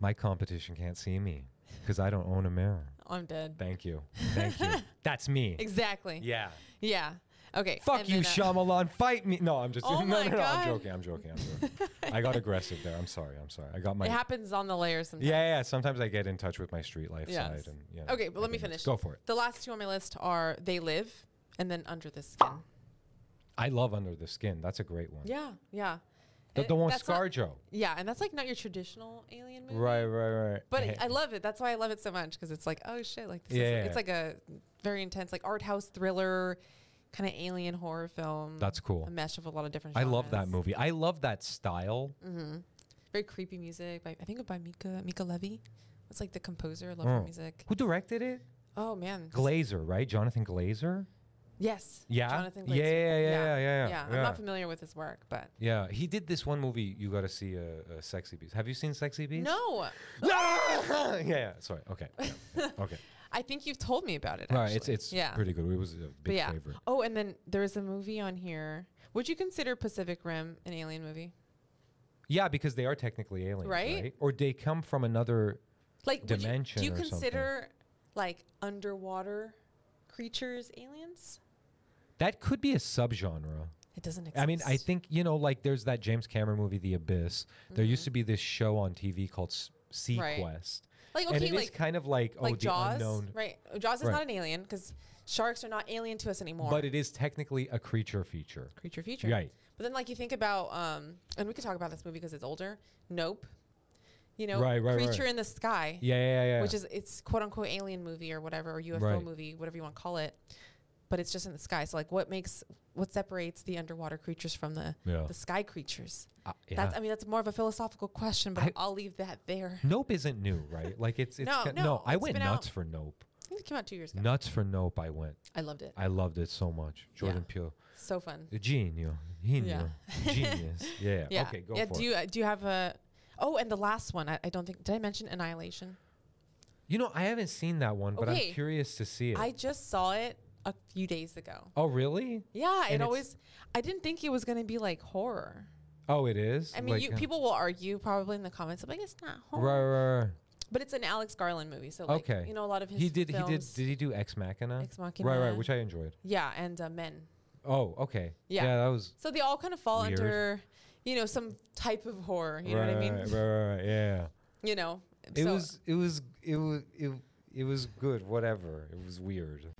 my competition can't see me because I don't own a mirror.
Oh, I'm dead.
Thank you, thank you. That's me.
Exactly.
Yeah.
Yeah. Okay.
Fuck
and
you,
then, uh,
Shyamalan. Fight me. No, I'm just.
Oh
no,
my
no, no.
God.
I'm joking. I'm joking. I'm joking. I got aggressive there. I'm sorry. I'm sorry. I got my.
It
Yeah,
happens on the layers sometimes.
yeah. Sometimes I get in touch with my street life
Yes.
side, and yeah.
Okay, but let me
everything else.
finish.
Go for it.
The last two on my list are They Live and then Under the Skin.
I love Under the Skin. That's a great one.
Yeah. Yeah.
The, the one
that's not-
ScarJo.
Yeah, and that's like not your traditional alien movie.
Right, right, right.
But
Eh,
I love it. That's why I love it so much because it's like, oh shit, like this
Yeah.
is, it's like a very intense, like art house thriller, kind of alien horror film.
That's cool.
A mesh of a lot of different.
I love that
genres. Mm.
movie. I love that style.
Very creepy music. By, I think by Mika Mika Levy. It's like the composer. I love her
Mm.
music.
Who directed it?
Oh man.
Glazer, right? Jonathan Glazer.
yes.
Yeah?
Jonathan.
Yeah,
Glazer.
yeah, yeah, yeah, yeah,
I'm
yeah.
not familiar with his work, but
Yeah, he did this one movie. You got to see uh, uh, Sexy Beast. Have you seen Sexy Beast?
no,
No. yeah, yeah. Sorry. Okay. yeah, yeah, okay.
I think you've told me about it.
All right.
actually.
It's it's
yeah.
pretty good. It was a big
But yeah.
favorite.
Oh, and then there is a movie on here. Would you consider Pacific Rim an alien movie?
Yeah, because they are technically aliens, right?
Right?
Or they come from another.
Like would you-
dimension
do you
or something.
consider like underwater creatures aliens?
That could be a subgenre.
It doesn't exist.
I mean, I think you know, like there's that James Cameron movie, The Abyss. There used to be this show on TV called S- Sea
Mm-hmm. Right.
Quest,
like
and
okay,
it is
like
kind of like,
like
oh,
Jaws,
the unknown,
right? Jaws is
Right.
not an alien because sharks are not alien to us anymore.
but it is technically a creature feature.
creature feature,
Right.
But then, like you think about, um, and we could talk about this movie because it's older. Nope. You know,
Right, right, right.
creature in the sky.
Yeah, yeah, yeah.
which is it's quote unquote alien movie or whatever or UFO
Right.
movie, whatever you want to call it. But it's just in the sky. So like, what makes what separates the underwater creatures from the
Yeah.
the sky creatures?
Uh, yeah.
That's I mean that's more of a philosophical question, but
I-
I, will leave that there.
Nope isn't new, right? Like it's it's
No,
ca-
no,
I
it's
went
been
nuts
out-
for Nope.
I think it came out two years ago.
Nuts for Nope. I went.
I loved it.
Hmm. I loved it so much. Jordan Peele,
So fun.
a genius, genius,
Yeah.
genius. Yeah.
Yeah.
Okay, go
yeah,
for
do
it.
you uh, do you have a? Oh, and the last one. I, I don't think did I mention Annihilation?
You know, I haven't seen that one, but I'm
Okay.
curious to see it.
I just saw it a few days ago.
oh, really?
Yeah,
it's-
it always. I didn't think it was gonna be like horror.
Oh, it is.
I mean,
Like,
you,
uh,
people will argue probably in the comments, like it's not
Right,
horror,
right, right.
but it's an Alex Garland movie, so like,
okay.
you know a lot of his
He did. He did.
films-
Did he do Ex Machina?
Ex
Right,
Machina.
right. Which I enjoyed.
yeah, and uh, Men,
Oh, okay.
Yeah.
that was.
so they all kind of fall
Weird.
under, you know, some type of horror. You
right,
know what I mean?
Right, right, right, Yeah.
You know,
It
so
was. It was. It was. It, it was good. Whatever. It was weird.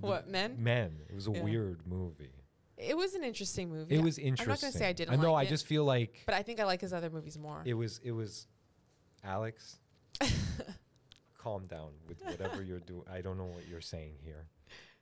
what Men?
Man, it was a
Yeah.
weird movie.
It was an interesting movie.
It
I-
was interesting.
I'm not gonna say I didn't.
I know.
like
I
it,
just feel like
but I think I like his other movies more.
it was. It was. Alex, calm down with whatever you're doing. I don't know what you're saying here.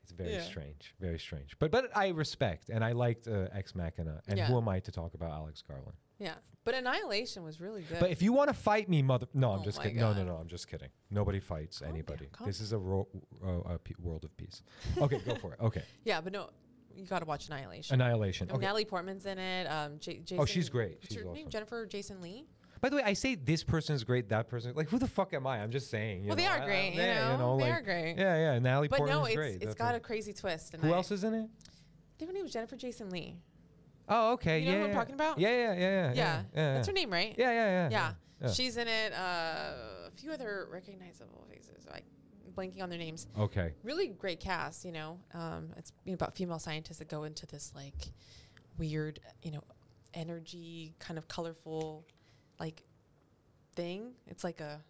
It's very
Yeah.
strange. Very strange. But but I respect and I liked uh, Ex Machina. And who
Yeah.
am I to talk about Alex Garland?
yeah, but Annihilation was really good.
But if you want to fight me, mother. No, I'm
Oh
just
my
kidding. No, no,
God.
no. I'm just kidding. Nobody fights
down,
anybody.
calm
this is a, ro- uh, a pe- world of peace. Okay, go for it. Okay.
yeah, but no, you got to watch Annihilation.
Annihilation.
I mean,
Okay. Oh,
Natalie Portman's in it. Um, J- Jason,
she's great.
what's
She's
her name?
awesome.
Jennifer Jason Lee.
By the way, I say this person's great, that person's like, who the fuck am I? I'm just saying. you
Well, they
know,
are
I- I-
great, you
yeah,
know, they
like-
are great.
Yeah, yeah. Natalie
But
Portman's
no, it's
great.
it's
that
got a
person.
crazy twist. And
Who
I-
else is in it?
I think her name was Jennifer Jason Lee.
Oh, okay.
You know
yeah,
who I'm
yeah.
talking about?
Yeah, yeah, yeah, yeah.
Yeah,
yeah, yeah.
that's her name, right?
Yeah, yeah, yeah.
yeah.
yeah.
She's in it. Uh, a few other recognizable faces. Like blanking on their names.
Okay.
Really great cast. You know, um, it's you know, about female scientists that go into this like weird, you know, energy kind of colorful, like thing. It's like a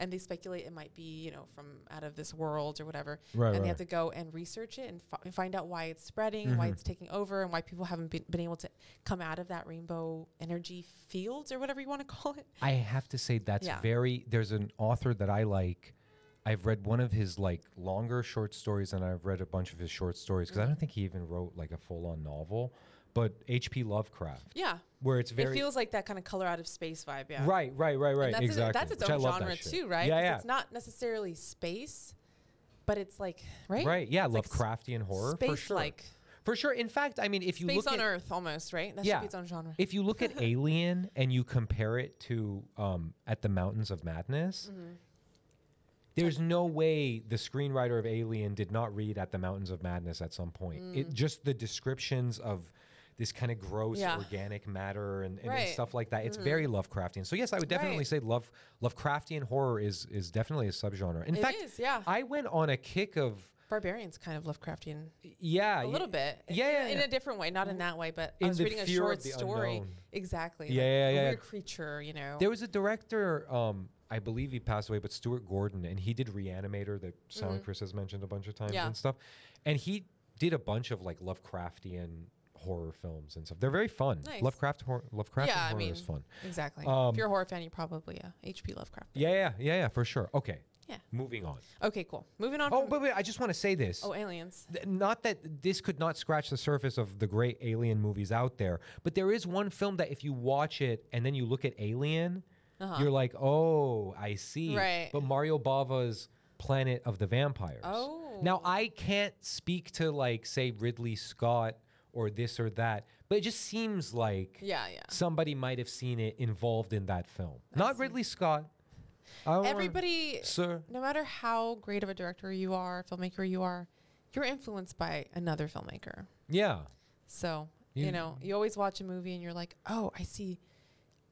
and they speculate it might be you know from out of this world or whatever
Right,
and
right.
they have to go and research it and, fi- and find out why it's spreading and
Mm-hmm.
why it's taking over and why people haven't been, been able to come out of that rainbow energy fields or whatever you want to call it
I have to say that's
Yeah.
very. There's an author that I like. I've read one of his like longer short stories, and I've read a bunch of his short stories because I don't think he even wrote like a full-on novel. But H.P. Lovecraft,
yeah
where it's
it
very
feels like that kind of color out of space vibe yeah
right, right, right, right,
and that's, its-
exactly.
that's its
which I
own
love that
genre
shit.
too right
Yeah,
'Cause
yeah,
it's not necessarily space but it's like right
right, yeah,
It's like s-
Lovecraftian horror for
space
sure.
like
for sure. In fact, I mean, if you
space
look
on
at,
earth almost right that should be its own genre
If you look at Alien and you compare it to um, At the Mountains of Madness,
Mm-hmm.
there's no way the screenwriter of Alien did not read At the Mountains of Madness at some point.
Mm.
It just the descriptions of this kind of gross
Yeah.
organic matter and, and,
Right.
stuff like that. It's very Lovecraftian. So yes, I would definitely
Right.
say love Lovecraftian horror is is definitely a subgenre. In
It
fact,
is, yeah.
I went on a kick of
barbarians kind of lovecraftian
yeah,
a
y-
little bit.
Yeah,
in,
yeah,
in
yeah.
a different way, not in that way, but
In
I was
the
reading a
fear of
short
the
story.
unknown.
Exactly.
Yeah, yeah,
a
yeah.
Weird creature, you know.
There was a director, um, I believe he passed away, but Stuart Gordon, and he did Reanimator that Sal
Mm-hmm.
and Chris has mentioned a bunch of times
Yeah.
and stuff. And he did a bunch of like Lovecraftian horror films and stuff. They're very fun.
Nice.
Lovecraft horror, Lovecraft
yeah, I
horror
mean,
is fun.
exactly.
Um,
if you're a horror fan, you probably yeah. H.P. Lovecraft.
Yeah, yeah, yeah, yeah, for sure. Okay.
Yeah.
Moving on.
Okay, cool. Moving on.
Oh,
from-
but wait, I just want to say this.
oh, aliens.
Th- not that this could not scratch the surface of the great alien movies out there, but there is one film that if you watch it and then you look at Alien, you're like, oh, I see.
Uh-huh. Right.
But Mario Bava's Planet of the Vampires.
Oh.
Now I can't speak to like say Ridley Scott or this or that, but it just seems like
Yeah, yeah.
somebody might have seen it involved in that film. not Ridley Scott. I don't wanna-
Everybody,
Sir.
no matter how great of a director you are, filmmaker you are, you're influenced by another filmmaker.
Yeah.
So you know, you always watch a movie and you're like, oh, I see,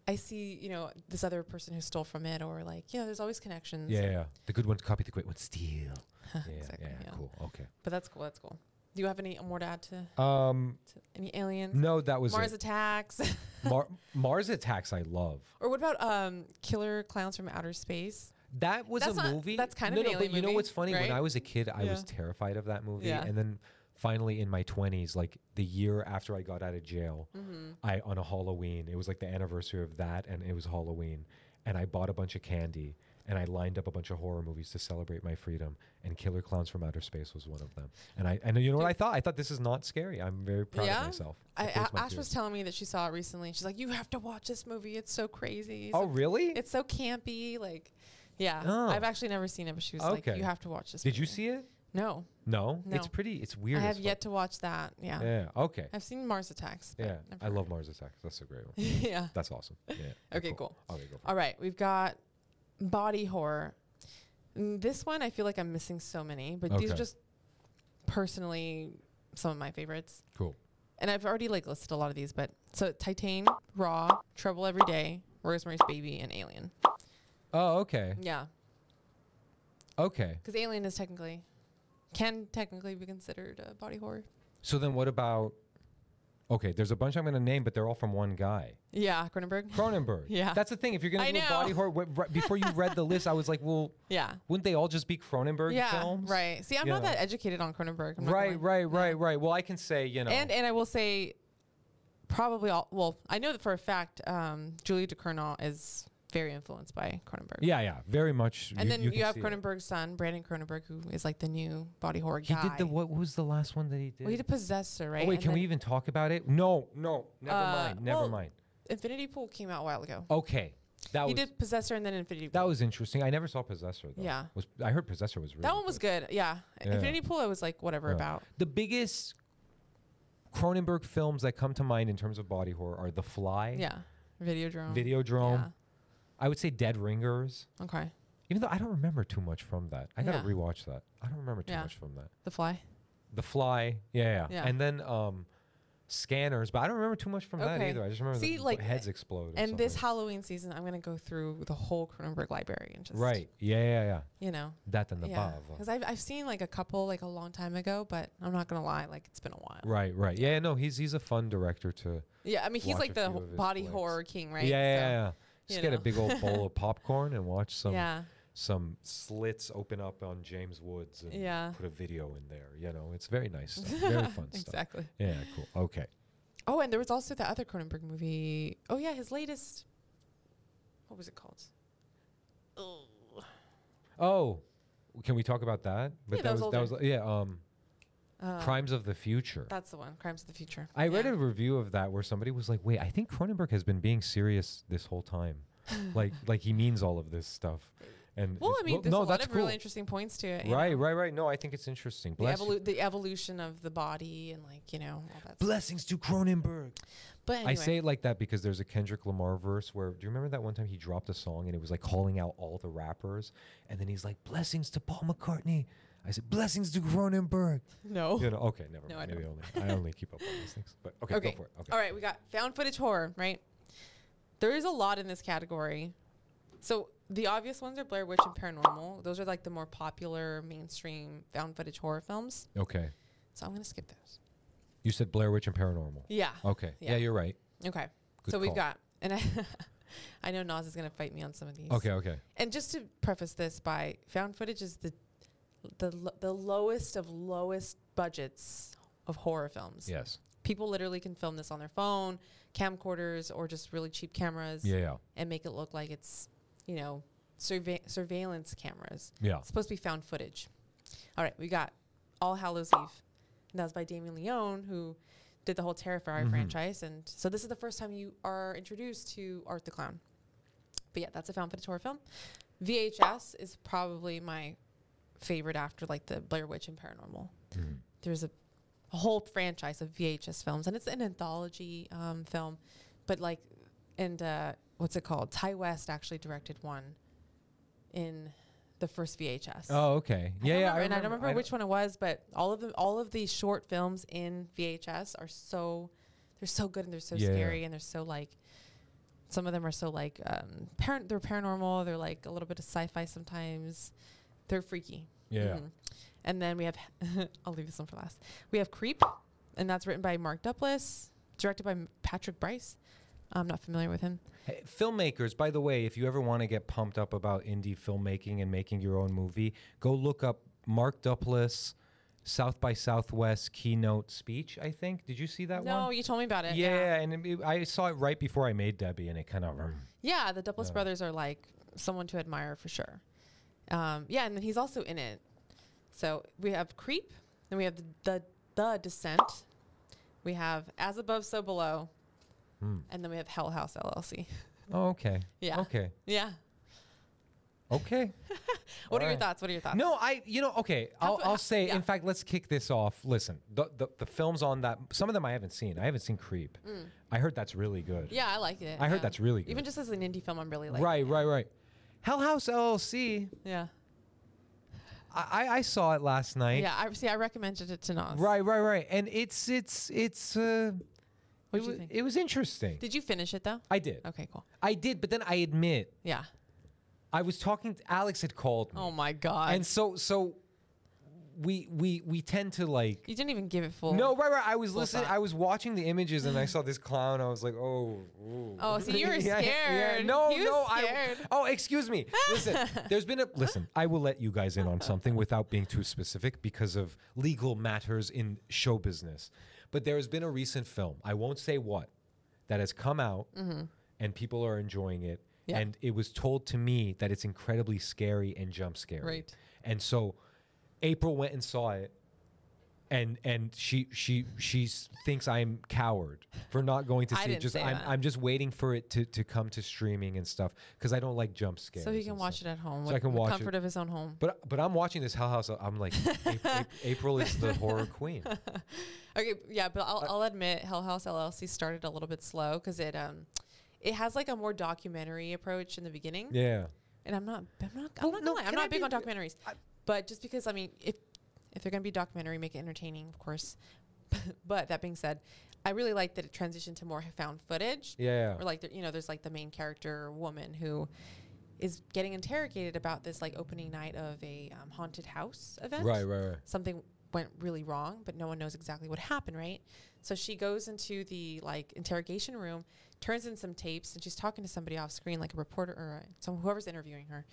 I see, you know, this other person who stole from it, or like, you know, there's always connections.
Yeah, yeah. The good ones copy the great ones steal. yeah,
Exactly,
yeah,
yeah.
cool. Okay.
But that's cool. That's cool. Do you have any more to add to,
Um,
to any aliens?
no, that was
Mars
it.
attacks.
Mar- Mars Attacks. I love
or what about um, Killer Clowns from Outer Space?
that was
That's
a
not-
movie.
that's kind of
no,
an
no,
alien
but you know
movie,
what's funny? When
right?
I was a kid, I was
Yeah.
terrified of that movie,
Yeah.
and then finally in my twenties, like the year after I got out of jail,
Mm-hmm.
I on a Halloween, it was like the anniversary of that, and it was Halloween, and I bought a bunch of candy. And I lined up a bunch of horror movies to celebrate my freedom, and Killer Clowns from Outer Space was one of them. And I, and you know what I thought? I thought this is not scary. I'm very proud
yeah.
of myself. I
I,
faced
A-
my
Ash was
fears.
telling me that she saw it recently. She's like, you have to watch this movie. It's so crazy.
Oh,
So-
really?
It's so campy. Like, yeah.
Oh.
I've actually never seen it, but she was
Okay.
like, you have to watch this.
Did you
movie."
see it?
No.
No, it's
No.
pretty. It's weird.
I have
as
yet
fuck.
to watch that. Yeah.
Yeah. Okay.
I've seen Mars Attacks. but
Yeah.
never-
I love Mars Attacks. That's a great one.
yeah.
That's awesome. Yeah.
Okay, cool.
Okay. Go for it.
All right. We've got body horror. Mm, This one, I feel like I'm missing so many, but these are
Okay.
just personally some of my favorites.
Cool.
And I've already like listed a lot of these, but so Titan, Raw, Trouble Every Day, Rosemary's Baby, and Alien.
Oh, okay.
Yeah.
Okay.
Because Alien is technically, can technically be considered a body horror.
So then, what about? Okay, there's a bunch I'm going to name, but they're all from one guy,
Yeah, Cronenberg.
Cronenberg.
Yeah.
That's the thing. If you're going to
I
do a body
know.
horror, wh- right before you read the list, I was like, well,
yeah.
wouldn't they all just be Cronenberg
Yeah.
films?
Right. See, I'm not
Yeah.
that educated on Cronenberg. I'm not
Right.
gonna-
Right. Right. Right. Well, I can say you know.
And and I will say, probably all. Well, I know that for a fact. Um, Julia de Cournal is very influenced by Cronenberg.
yeah. Yeah. Very much.
And then you,
can
have
see it.
Cronenberg's son, Brandon Cronenberg, who is like the new body horror
He
guy.
did the what was the last one that he did?
Well, he did Possessor, right?
Oh, wait,
And
can we
then
even talk about it? No, no, never
Uh,
mind, never
well-
mind.
Infinity Pool came out a while ago.
Okay, Oh, that was
he did Possessor and then Infinity Pool.
that was interesting. I never saw Possessor though.
Yeah.
was I heard Possessor was really
that one was good. Yeah.
Yeah. Oh.
Infinity Pool, I was like, whatever
Yeah.
about.
the biggest Cronenberg films that come to mind in terms of body horror are The Fly,
Yeah. Videodrome.
Videodrome. I would say Dead Ringers,
Yeah. Okay.
even though I don't remember too much from that. I gotta
Yeah.
rewatch that. I don't remember too
Yeah.
much from that.
The Fly.
The Fly, yeah, yeah,
Yeah.
and then um, Scanners, but I don't remember too much from that
Okay.
either. I just remember
See,
the
like,
heads explode. or
And this
something.
Halloween season, I'm gonna go through the whole Cronenberg library and just
right, yeah, yeah, yeah.
You know,
That and uh, the
yeah.
Bava.
Because I've I've seen like a couple like a long time ago, but I'm not gonna lie, like it's been a while.
Right, right. Yeah, no, he's he's a fun director to.
Yeah, I mean he's
Watch a
like the
few
ho-
of his
body
flicks.
horror king, right?
Yeah, yeah, yeah.
you
Just get a
know.
big old bowl of popcorn and watch
So-
some
yeah.
some slits open up on James Woods and
Yeah.
put a video in there. You know, it's very nice stuff. Very fun stuff.
Exactly.
Yeah, cool. Okay.
Oh, and there was also the other Cronenberg movie. Oh yeah, his latest. What was it called?
Oh, can we talk about that?
Yeah, that was
that
older.
was yeah. Um,
Uh,
Crimes of the Future.
That's the one. Crimes of the Future.
I read
Yeah.
a review of that where somebody was like, "Wait, I think Cronenberg has been being serious this whole time, like like he means all of this stuff." And
Well,
it's-
I mean, there's
no,
a lot
that's
of
cool.
really interesting points to it. you know?
Right, right, right. No, I think it's interesting.
The,
Bless
evolu- the evolution of the body and like you know all that. stuff.
Blessings to Cronenberg.
But anyway,
I say it like that because there's a Kendrick Lamar verse where do you remember that one time he dropped a song and it was like calling out all the rappers and then he's like blessings to Paul McCartney. I said blessings to Cronenberg.
no.
You know, okay, never
Oh. No,
mind.
I
Maybe only I only keep up on these things. But okay,
Okay.
go for it. Okay.
All right, we got found footage horror, right? There is a lot in this category. So the obvious ones are Blair Witch and Paranormal. Those are like the more popular mainstream found footage horror films.
Okay.
So I'm gonna skip those.
You said Blair Witch and Paranormal.
Yeah.
Okay. Yeah,
Yeah.
you're right.
Okay.
Good
so we've
call.
got, and I, I know Nas is gonna fight me on some of these.
Okay, okay.
And just to preface this by found footage is the, the lo- the lowest of lowest budgets of horror films.
Yes.
people literally can film this on their phone, camcorders, or just really cheap cameras,
Yeah, yeah.
and make it look like it's you know surve- surveillance cameras.
Yeah.
it's supposed to be found footage. All right, we got All Hallows Eve, and that was by Damien Leone, who did the whole Terrifier franchise, and so this is the first time you are introduced to Art the Clown. But yeah, that's a found footage horror film. VHS is probably my favorite after like the Blair Witch and Paranormal. There's a, a whole franchise of VHS films, and it's an anthology um, film, but like, and uh, what's it called? Ty West actually directed one in the first VHS.
Oh, okay.
I
Yeah,
don't
yeah.
remember- and I don't remember which one it was, but all of them, all of these short films in VHS are so, they're so good and they're so
Yeah.
scary and they're so like, some of them are so like, um, parent, they're paranormal. They're like a little bit of sci-fi sometimes. They're freaky.
Yeah.
Mhm. And then we have, I'll leave this one for last. We have Creep, and that's written by Mark Duplass, directed by M- Patrick Bryce. I'm not familiar with him.
Hey, filmmakers, by the way, if you ever want to get pumped up about indie filmmaking and making your own movie, go look up Mark Duplass South by Southwest keynote speech. I think. Did you see that
no,
one?
you told me about it.
yeah, and it, I saw it right before I made Debbie, and it kind
Mm.
of.
Yeah, the Duplass brothers are like someone to admire for sure. Um, yeah, and then he's also in it. So we have Creep, then we have the the, the Descent, we have As Above, So Below,
Hmm.
and then we have Hell House LLC.
Oh, okay.
Yeah.
Okay.
Yeah.
Okay.
What are your
Alright.
thoughts? What are your thoughts?
No, I, you know, okay, I'll, I'll say,
Uh, yeah.
in fact, let's kick this off. Listen, the, the, the films on that, some of them I haven't seen. I haven't seen Creep. I heard that's really good.
Mm. Yeah, I like it.
I heard
yeah.
that's really
Even
good.
just as an indie film, I'm really like.
right, right, right. Hell House LLC,
Yeah.
I, I, I saw it last night.
Yeah. I see. I recommended it to Nas.
Right, right, right. And it's, it's, it's, uh, it,
What'd you
wa-
think?
it was interesting.
Did you finish it though?
I did.
okay. Cool.
I did, but then I admit,
Yeah.
I was talking, to, Alex had called me.
Oh my God.
and so, so we, we, we tend to like,
you didn't even give it full.
No, right, right. I was listening.
thought.
I was watching the images, and I saw this clown. I was like, oh. ooh.
Oh, so you were
Yeah, yeah,
scared.
No,
He was
no.
scared.
I. Oh, excuse me. Listen, there's been a listen. I will let you guys in on something without being too specific because of legal matters in show business. But there has been a recent film. I won't say what that has come out, and people are enjoying it.
Mm-hmm. Yeah.
And it was told to me that it's incredibly scary and jump scary.
Right.
And so, April went and saw it and and she she she s- thinks I'm coward for not going to see
I
it.
didn't
Just
say
I'm
that.
I'm just waiting for it to, to come to streaming and stuff because I don't like jump scares.
So he can
and
watch it
stuff.
at home.
So
with
I can
the
watch
comfort
it.
of his own home.
But but I'm watching this Hell House. I'm like, April, April is the horror queen.
Okay, b- yeah, but
Uh,
I'll, I'll admit Hell House LLC started a little bit slow because it um, it has like a more documentary approach in the beginning,
Yeah.
and I'm not, I'm not, I'm
Well,
not,
no,
gonna lie, I'm
can I
not big
be-
on documentaries, but just because I mean, if if they're gonna be documentary, make it entertaining, of course. but that being said, I really like that it transitioned to more found footage.
Yeah.
or like there, you know, there's like the main character woman who is getting interrogated about this like opening night of a um, haunted house event
Right, right, right.
something went really wrong, but no one knows exactly what happened, right? So she goes into the like interrogation room, turns in some tapes, and she's talking to somebody off screen, like a reporter or uh, some whoever's interviewing her,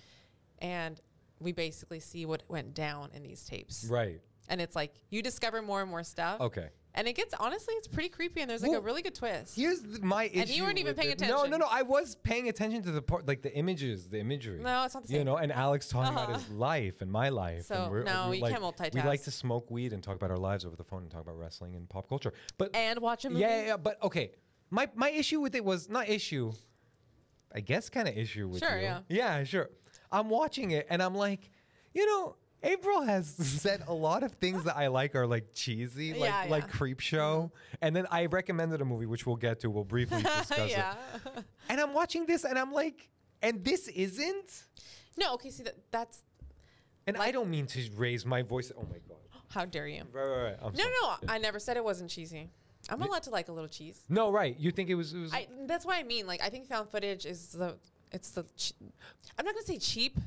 and we basically see what went down in these tapes,
Right.
and it's like you discover more and more stuff.
Okay.
and it gets honestly, it's pretty creepy, and there's like
Well,
a really good twist.
Here's th- my issue.
you weren't even
with
paying
it. No, no,
attention.
no. I was paying attention to the part, like the images, the imagery.
No, it's not the
You
same.
know, and Alex talking
Uh-huh.
about his life and my life.
So,
and we're,
no,
we
you
like,
can't
We like
multitask.
to smoke weed and talk about our lives over the phone and talk about wrestling and pop culture. But
And watch a movie.
Yeah, yeah, yeah, but okay. My my issue with it was not issue. I guess kind of issue with
Sure,
you.
yeah.
Yeah, sure. I'm watching it and I'm like, you know, April has said a lot of things that I like are like cheesy, like
Yeah,
like
yeah. Mm-hmm.
creep show. And then I recommended a movie which we'll get to. We'll briefly discuss
yeah.
it. And I'm watching this and I'm like, and this isn't.
no, okay. See, that, that's
And I don't mean to raise my voice. Oh my god.
how dare you?
Right, right, right. I'm
No,
sorry.
no, I never said it wasn't cheesy. I'm allowed to like a little cheese.
No, right. You think it was? It was
I, that's what I mean. Like I think found footage is the it's the ch- I'm not gonna say cheap,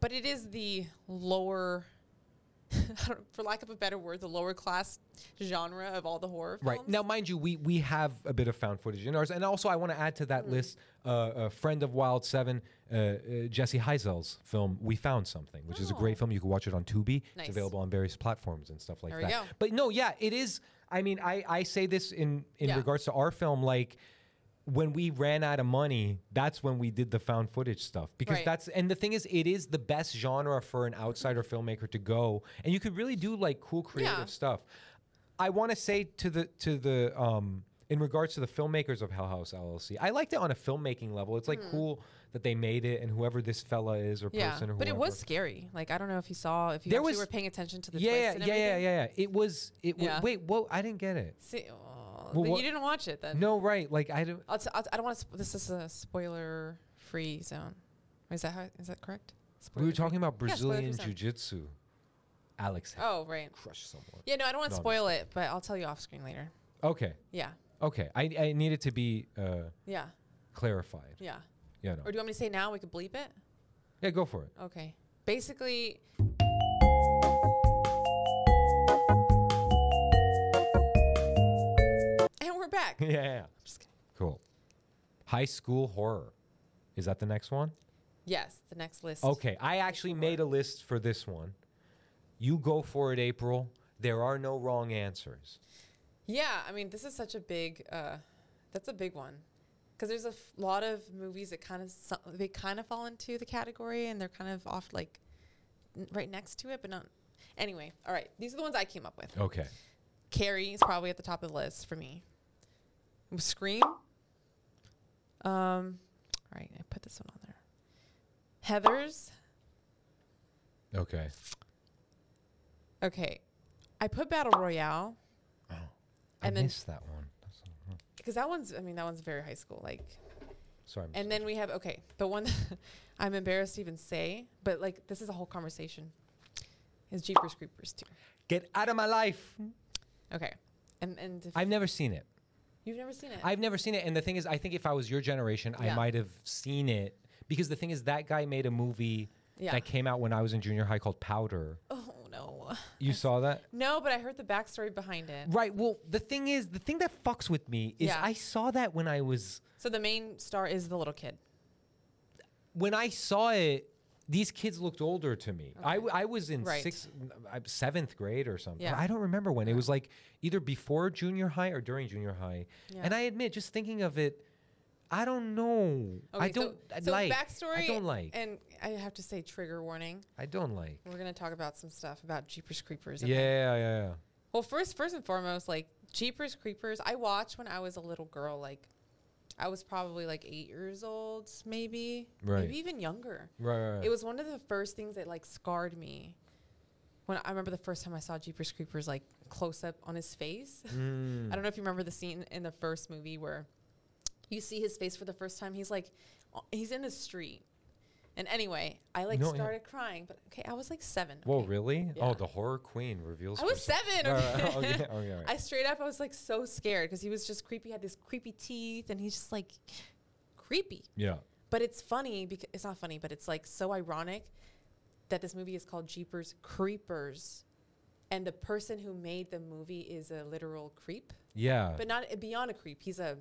but it is the lower, I don't, for lack of a better word, the lower class genre of all the horror films.
Right now, mind you, we we have a bit of found footage in ours, and also I want to add to that
Hmm.
list uh, a friend of Wild Seven, uh, uh, Jesse Heisel's film "We Found Something," which is a great film. You can watch it on Tubi.
Oh. Nice.
It's available on various platforms and stuff like
There we
that.
go.
But no, yeah, it is. I mean, I, I say this in, in
Yeah.
regards to our film, like when we ran out of money, that's when we did the found footage stuff. Because
Right.
that's and the thing is it is the best genre for an outsider filmmaker to go. And you could really do like cool creative
Yeah.
stuff. I wanna say to the to the um in regards to the filmmakers of Hell House LLC, I liked it on a filmmaking level. It's like cool that they made it and whoever this fella is or
Hmm. Yeah,
person or whoever
but it was scary. Like I don't know if you saw if you
There
actually
was-
were paying attention to the
yeah,
twist
yeah,
and
yeah, yeah,
everything.
yeah. It was. It wa-
Yeah.
wait. Whoa, I didn't get it.
See, oh,
Well,
then
what-
you didn't watch it then.
No, right? Like I don't.
I'll t- I'll t- I don't want to. Sp- this is a spoiler-free zone. Is that how? Is that correct?
We were
Spoiler-free?
talking about
Yeah, spoiler-free
Brazilian
zone.
jiu-jitsu. Alex had
Oh right.
crushed someone.
Yeah, no, I don't want
No,
to
I'm
spoil it, but I'll tell you off screen later.
Okay,
Yeah,
okay. I I needed to be uh,
yeah,
clarified.
yeah.
You know.
Or do you want me to say now? We could bleep it.
yeah, go for it.
Okay. Basically, and we're back.
yeah, yeah, yeah. Cool. High school horror. Is that the next one?
yes, the next list.
Okay, I actually made a list for this one. You go for it, April. There are no wrong answers.
Yeah, I mean, this is such a big. Uh, that's a big one, because there's a f- lot of movies that kind of su- they kind of fall into the category, and they're kind of off like n- right next to it, but not. Anyway, all right, these are the ones I came up with.
Okay.
Carrie is probably at the top of the list for me. Scream. Um, all right, I put this one on there. Heather's.
Okay.
Okay, I put Battle Royale
I
And then-
missed that one. That's-
because that one's. I mean, that one's very high school. Like,
Sorry. I'm
and then we have okay, the one I'm embarrassed to even say, but like this is a whole conversation. Is Jeepers Creepers too?
Get out of my life.
Okay, and and if
I've never seen it.
you've never seen it.
I've never seen it. And the thing is, I think if I was your generation, I
Yeah.
might have seen it. Because the thing is, that guy made a movie
Yeah.
that came out when I was in junior high called Powder.
oh no,
You saw that?
no, but I heard the backstory behind it.
Right. Well, the thing is, the thing that fucks with me is
Yeah.
I saw that when I was,
So the main star is the little kid.
when I saw it, these kids looked older to me. I, w- I was in
Right.
sixth, uh, seventh grade or something.
Yeah.
I don't remember when. It was like either before junior high or during junior high. And I admit, just thinking of it, I don't know. I
Okay, so-
don't I
so
like.
backstory.
I don't like.
And I have to say, trigger warning.
I don't like.
We're gonna talk about some stuff about Jeepers Creepers.
Yeah,
and, like-
yeah, yeah.
Well, first, first and foremost, like Jeepers Creepers, I watched when I was a little girl. Like, I was probably like eight years old, maybe,
Right.
maybe even younger.
Right, right, right.
It was one of the first things that like scarred me. When I remember the first time I saw Jeepers Creepers like close up on his face.
Mm.
I don't know if you remember the scene in the first movie where you see his face for the first time. He's like, o- he's in the street. And anyway, I like
No, yeah.
started crying, but okay, I was like seven.
Whoa,
okay?
really?
Yeah.
Oh, the horror queen reveals.
I was
herself.
seven.
Right, right,
Okay.
oh, yeah, oh, yeah, right.
I straight up, I was like so scared because he was just creepy. He had these creepy teeth, and he's just like creepy.
Yeah.
But it's funny because it's not funny, but it's like so ironic that this movie is called Jeepers Creepers, and the person who made the movie is a literal creep,
Yeah.
but not beyond a creep. He's a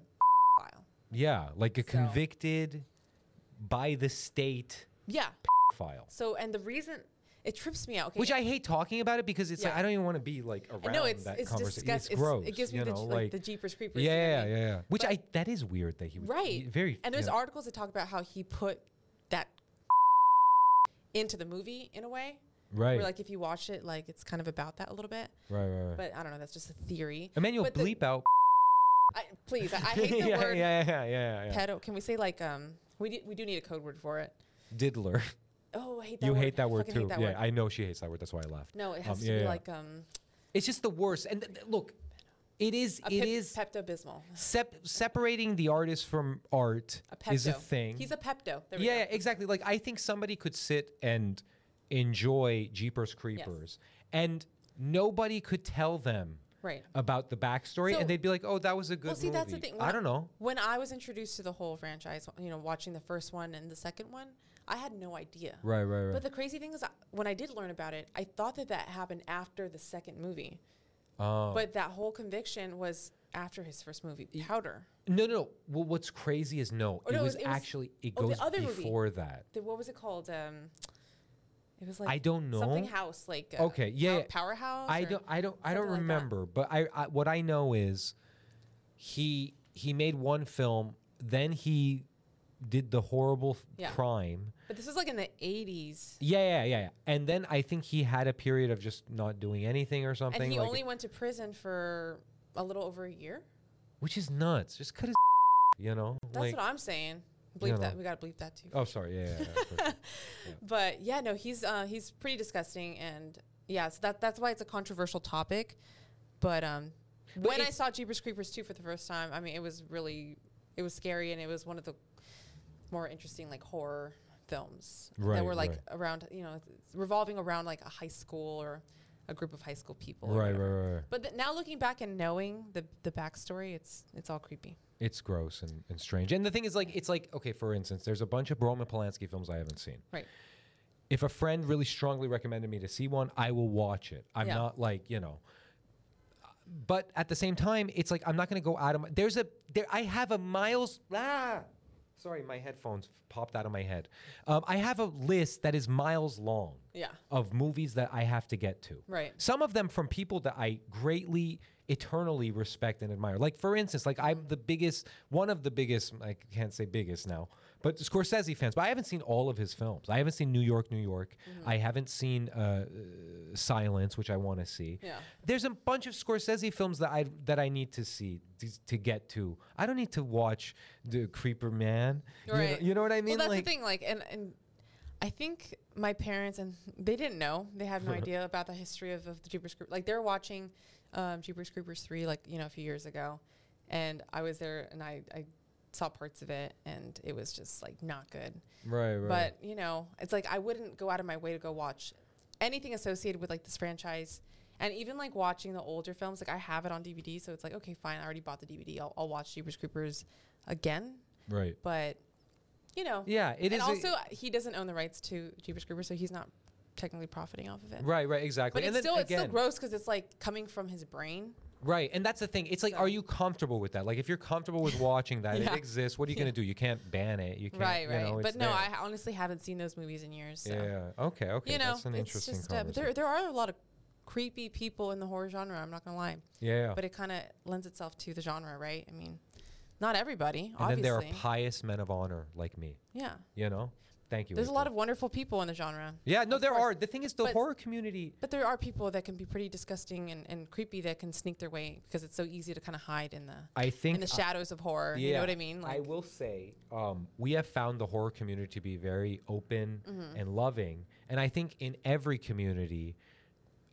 file.
yeah. Like a convicted by the state
Yeah.
file.
So and the reason it trips me out, okay,
Which I hate talking about it because it's like
Yeah.
I don't even want to be like around
I know it's
that
it's
conversation.
disgust.
It's
It's
gross.
it gives me
you
the,
know,
j- like, the Jeepers Creepers. you know what I
Yeah, yeah,
mean?
yeah, yeah. Which
But-
I that is weird that he would
Right.
very
And there's
yeah.
articles that talk about how he put that into the movie in a way.
right,
Where like if you watch it, like it's kind of about that a little bit.
right, right, right.
But I don't know. That's just a theory.
Emmanuel
But the-
bleep out.
I, please, I, I hate the
yeah,
word
Yeah, yeah, yeah, yeah.
pedo. Can we say like um? We do, we do need a code word for it.
Diddler.
Oh, I hate that.
You
word.
hate
I
that word
fucking hate
too.
that
yeah,
word.
I know she hates that word. That's why I laughed.
no, it
Um,
has to
yeah,
be
yeah.
like um.
It's just the worst. And th- th- look, it is.
A
It
pep-
is
Pepto Bismol.
sep- separating the artist from art
A Pepto.
is a thing.
He's a Pepto. There we
yeah, yeah,
go.
exactly. Like I think somebody could sit and enjoy Jeepers Creepers, and nobody could tell them
Right.
about the backstory,
So-
and they'd be like, "Oh, that was a good
Well, see,
movie."
that's the thing.
I don't know.
When I was introduced to the whole franchise, you know, watching the first one and the second one, I had no idea.
Right, right, right.
But the crazy thing is, I- when I did learn about it, I thought that that happened after the second movie.
Oh.
But that whole conviction was after his first movie, Powder.
no, no, no. Well, what's crazy is no.
Oh,
it,
no, it
was
was- it was-
actually it
oh, the
goes
other movie.
before that.
The, what was it called? Um, It was like
I don't know.
something house like uh,
okay, yeah,
pow-
yeah.
powerhouse.
I
or
don't, I don't, I don't
something like that.
remember. but I, I, what I know is, he he made one film, then he did the horrible f-
Yeah.
crime.
But this was like in the eighties,
Yeah, yeah, yeah, yeah. And then I think he had a period of just not doing anything or something,
and he
like,
only went to prison for a little over a year.
which is nuts. Just cut his, you know.
That's
like,
what I'm saying. Bleep
know.
that. We gotta bleep that too.
oh, sorry. Yeah, yeah, yeah, for sure.
But yeah, no, he's uh, he's pretty disgusting, and yeah, so that that's why it's a controversial topic. But um, when I
it-
saw Jeepers Creepers two for the first time, I mean, it was really it was scary, and it was one of the more interesting like horror films
Right,
that were like
right.
around you know it's revolving around like a high school or a group of high school people. or
right, right,
whatever.
right, right.
But th- now looking back and knowing the the backstory, it's it's all creepy.
It's gross and, and strange. And the thing is, like, it's like okay. For instance, there's a bunch of Roman Polanski films I haven't seen.
Right.
if a friend really strongly recommended me to see one, I will watch it. I'm
Yeah.
not like, you know. But at the same time, it's like I'm not going to go out of my There's a there I have a miles ah sorry, my headphones f- popped out of my head. Um, I have a list that is miles long
Yeah.
of movies that I have to get to.
Right.
Some of them from people that I greatly eternally respect and admire. Like for instance, like I'm the biggest one of the biggest I can't say biggest now, but Scorsese fans. But I haven't seen all of his films. I haven't seen New York, New York.
Mm-hmm.
I haven't seen uh, uh, Silence, which I want to see.
Yeah.
There's a bunch of Scorsese films that I that I need to see to, to get to. I don't need to watch The Creeper Man. You know- You, know, what I mean?
Well, that's
like
the thing. Like, and and I think my parents and they didn't know. They had no idea about the history of, of the Jeepers Creepers. Like, they were watching um, Jeepers Creepers three, like you know, a few years ago, and I was there and I I saw parts of it, and it was just like not good.
Right, right.
But you know, it's like I wouldn't go out of my way to go watch anything associated with like this franchise. And even like watching the older films, like I have it on DVD, so it's like okay, fine. I already bought the DVD. I'll, I'll watch Jeepers Creepers again,
right.
but you know,
Yeah, it
and
is a-
also, uh, he doesn't own the rights to Jeepers Creepers, so he's not technically profiting off of it.
Right, right, exactly.
But
and
it's
then
still it's still
again-
gross because it's like coming from his brain.
Right, and that's the thing. It's like, are you comfortable with that? Like, if you're comfortable with watching that,
Yeah.
it exists. What are you gonna do? You can't ban it. You can't.
right,
you
right.
know,
but
it's
no,
there.
I honestly haven't seen those movies in years. So.
Yeah. Okay. Okay.
you know,
that's an
it's
interesting
just uh, but there
conversation.
there are a lot of creepy people in the horror genre. I'm not gonna lie,
Yeah.
but it kind of lends itself to the genre, right? I mean, not everybody,
and
obviously.
then there are pious men of honor like me.
yeah,
You know. Thank you.
there's a
April.
lot of wonderful people in the genre.
Yeah. No,
of
there are.
course.
The thing is, the
But-
horror community.
But there are people that can be pretty disgusting and, and creepy that can sneak their way because it's so easy to kind of hide in the
I think.
in the shadows of horror. You know what I mean?
I will say um, we have found the horror community to be very open
Mm-hmm.
and loving, and I think in every community,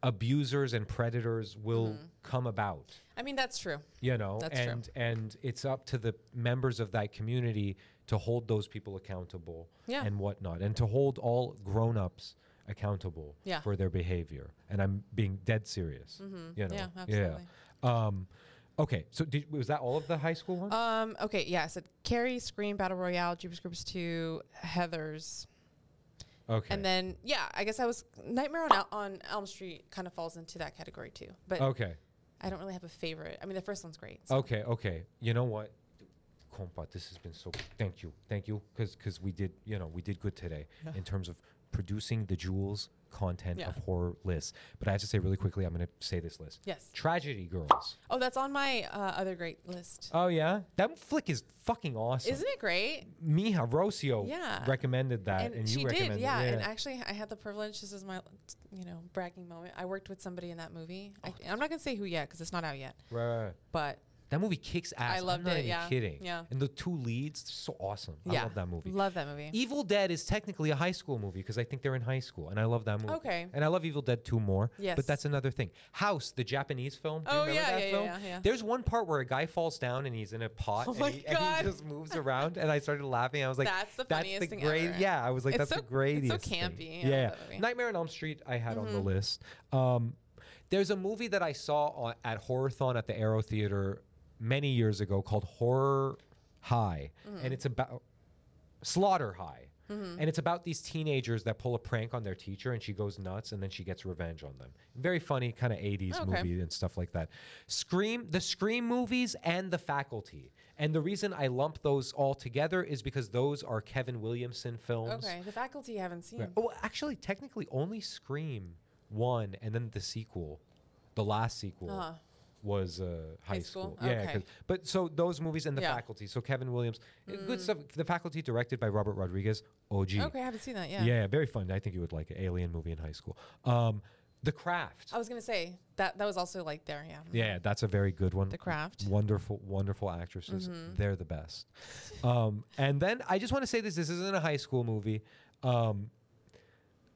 abusers and predators will come about.
I mean that's true.
you know
Mm-hmm. That's true.
and and it's up to the members of that community to hold those people accountable
Yeah.
and whatnot and to hold all grown-ups accountable
Yeah. Mm-hmm.
for their behavior and i'm being dead serious you know
Yeah, absolutely.
yeah um okay so did, was that all of the high school ones
Um, okay, yeah. So Carrie, Scream, Battle Royale, Jeepers Creepers Two, Heather's,
okay
and then yeah, I guess I was Nightmare on, El- on Elm Street kind of falls into that category too. But
okay
I don't really have a favorite. I mean, the first one's great. so-
okay okay you know what compa this has been so thank you thank you because because we did you know we did good today in terms of producing the jewels content
Yeah.
of horror lists but i have to say really quickly i'm going to say this list
Yes.
tragedy girls
Oh, that's on my uh, other great list.
oh yeah that flick is fucking awesome
Isn't it great?
miha rosio
Yeah.
recommended that
and,
and, you
she
recommended
did, yeah.
it
And actually, I had the privilege. This is my, you know, bragging moment. I worked with somebody in that movie. I,
Oh.
I'm not gonna say who yet because it's not out yet.
Right, right.
But
that movie kicks ass I'm
loved
not
it,
even
yeah,
kidding
yeah.
and the two leads so awesome
yeah,
i love that movie
Love that movie.
Evil Dead is technically a high school movie because I think they're in high school, and I love that movie.
Okay.
And I love Evil Dead 2 more.
Yes.
But that's another thing. House, the Japanese film. Do you
Oh,
remember
yeah,
that
yeah,
film?
yeah, yeah.
There's one part where a guy falls down and he's in a pot
Oh
and,
my
he,
God.
and he just moves around, and I started laughing. I was like,
That's the funniest thing
great.
ever.
Yeah, I was like, that's
It's so-
the
it's so
greatest.
campy.
Thing.
I love Mm-hmm.
Yeah.
that movie.
Nightmare on Elm Street, I had on the list. Um, there's a movie that I saw on, at Horrorthon at the Arrow Theater many
Mm-hmm.
years ago called Horror High, and it's about Slaughter High. And it's about these teenagers that pull a prank on their teacher and she goes nuts and then she gets revenge on them. Very funny, kind of 80s
Okay.
movie and stuff like that. Scream, the Scream movies and The Faculty. And the reason I lump those all together is because those are Kevin Williamson films.
Okay, the faculty haven't seen.
Right. Oh, actually, technically, only Scream one and then the sequel, the last sequel, was uh, high,
Uh-huh. High
school.
school?
Yeah,
Okay.
'cause- but so those movies and the
Yeah. Mm.
faculty. So Kevin Williams, uh, good stuff. The faculty directed by Robert Rodriguez. OG.
Oh, Okay, I haven't seen that. Yeah.
very fun. I think you would like it. Alien movie in high school. Um, the Craft.
I was gonna say that that was also like there. Yeah.
Yeah, that's a very good one.
Um, The Craft. Mm-hmm.
Wonderful, wonderful actresses. They're the best. Um, and then I just want to say this: this isn't a high school movie. Um,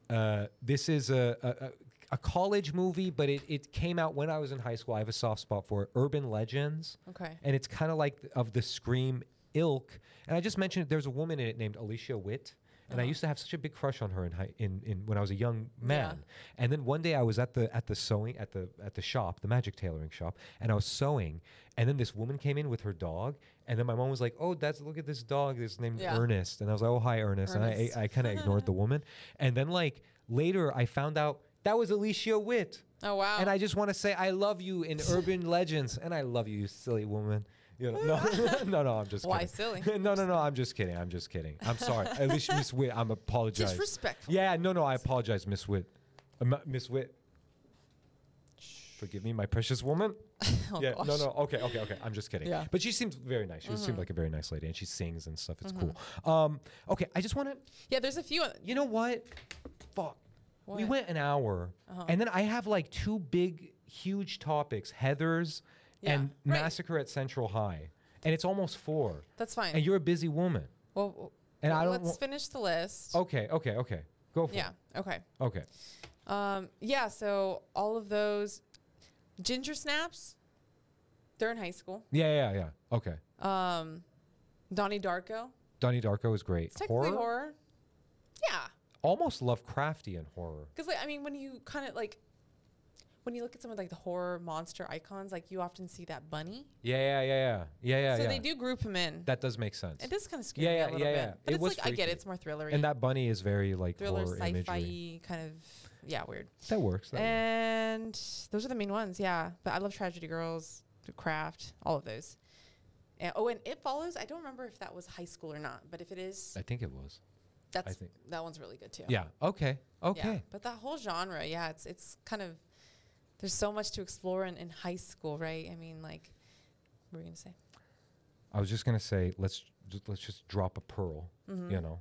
uh, this is a, a, a- a college movie, but it, it came out when I was in high school. I have a soft spot for it. Urban Legends.
Okay.
And it's kind of like th- of the Scream ilk. And I just mentioned there's a woman in it named Alicia Witt. And
Uh-huh.
I used to have such a big crush on her in, high, in, in when I was a young man. And then one day I was at the at the sewing at the at the shop, the magic tailoring shop, and I was sewing. And then this woman came in with her dog. And then my mom was like, "Oh, that's look at this dog. This is named
Yeah.
Ernest." And I was like, "Oh, hi, Ernest." And
Ernest.
I, I kind of ignored the woman. And then like later, I found out that was Alicia Witt.
Oh wow.
And I just want to say I love you in Urban Legends, and I love you, you silly woman. You know, no, no, no, I'm just
Why
kidding.
silly?
no, no, no, I'm just kidding. I'm just kidding. I'm sorry. At least Miss Witt, I'm apologizing.
Disrespectful.
Yeah, no, no, I apologize, Miss Witt. Um, Miss Witt, forgive me, my precious woman.
Oh,
yeah,
gosh.
no, no, okay, okay, okay. I'm just kidding.
Yeah. Mm-hmm.
But she seems very nice. She seemed like a very nice lady, and she sings and stuff. It's cool. Um, okay, I just want to.
Yeah, there's a few. uh,
You know what? Fuck. We
What? Uh-huh.
went an hour, and then I have like two big, huge topics: Heather's
Yeah,
and
right.
massacre at Central High, and it's almost four.
That's fine.
And you're a busy woman.
well, w-
and I
well,
don't wa-
Let's
Oh.
finish the list.
Okay, okay, okay. Go for
Yeah.
it.
Okay.
Okay.
Um, yeah. So all of those ginger snaps. They're in high school.
Yeah, yeah, yeah. Okay.
Um, Donnie Darko.
Donnie Darko is great.
It's technically horror. Yeah.
Almost Lovecraftian horror.
Because like I mean, when you kind of like, when you look at some of like the horror monster icons, like you often see that bunny.
Yeah, yeah, yeah, yeah, yeah, yeah.
so
yeah.
they do group him in.
That does make sense.
it does kind of scare
Yeah,
me
yeah,
a little
yeah,
bit.
yeah.
But
It
it's
was
like I get
freaky.
it, it's more thrillery.
and that bunny is very like
thriller
horror
sci-fi Eh.
imagery.
kind of yeah weird.
That works. That works.
And those are the main ones, yeah. But I love Tragedy Girls, The Craft, all of those. And, oh, and It Follows. I don't remember if that was high school or not, but if it is,
I think it was.
that's
think-
that one's really good too.
Yeah. Okay.
Yeah,
Okay.
But that whole genre, yeah, it's it's kind of there's so much to explore in, in high school, right? I mean, like, what were you gonna say?
I was just gonna say let's just, let's just drop a pearl.
Mm-hmm.
You know,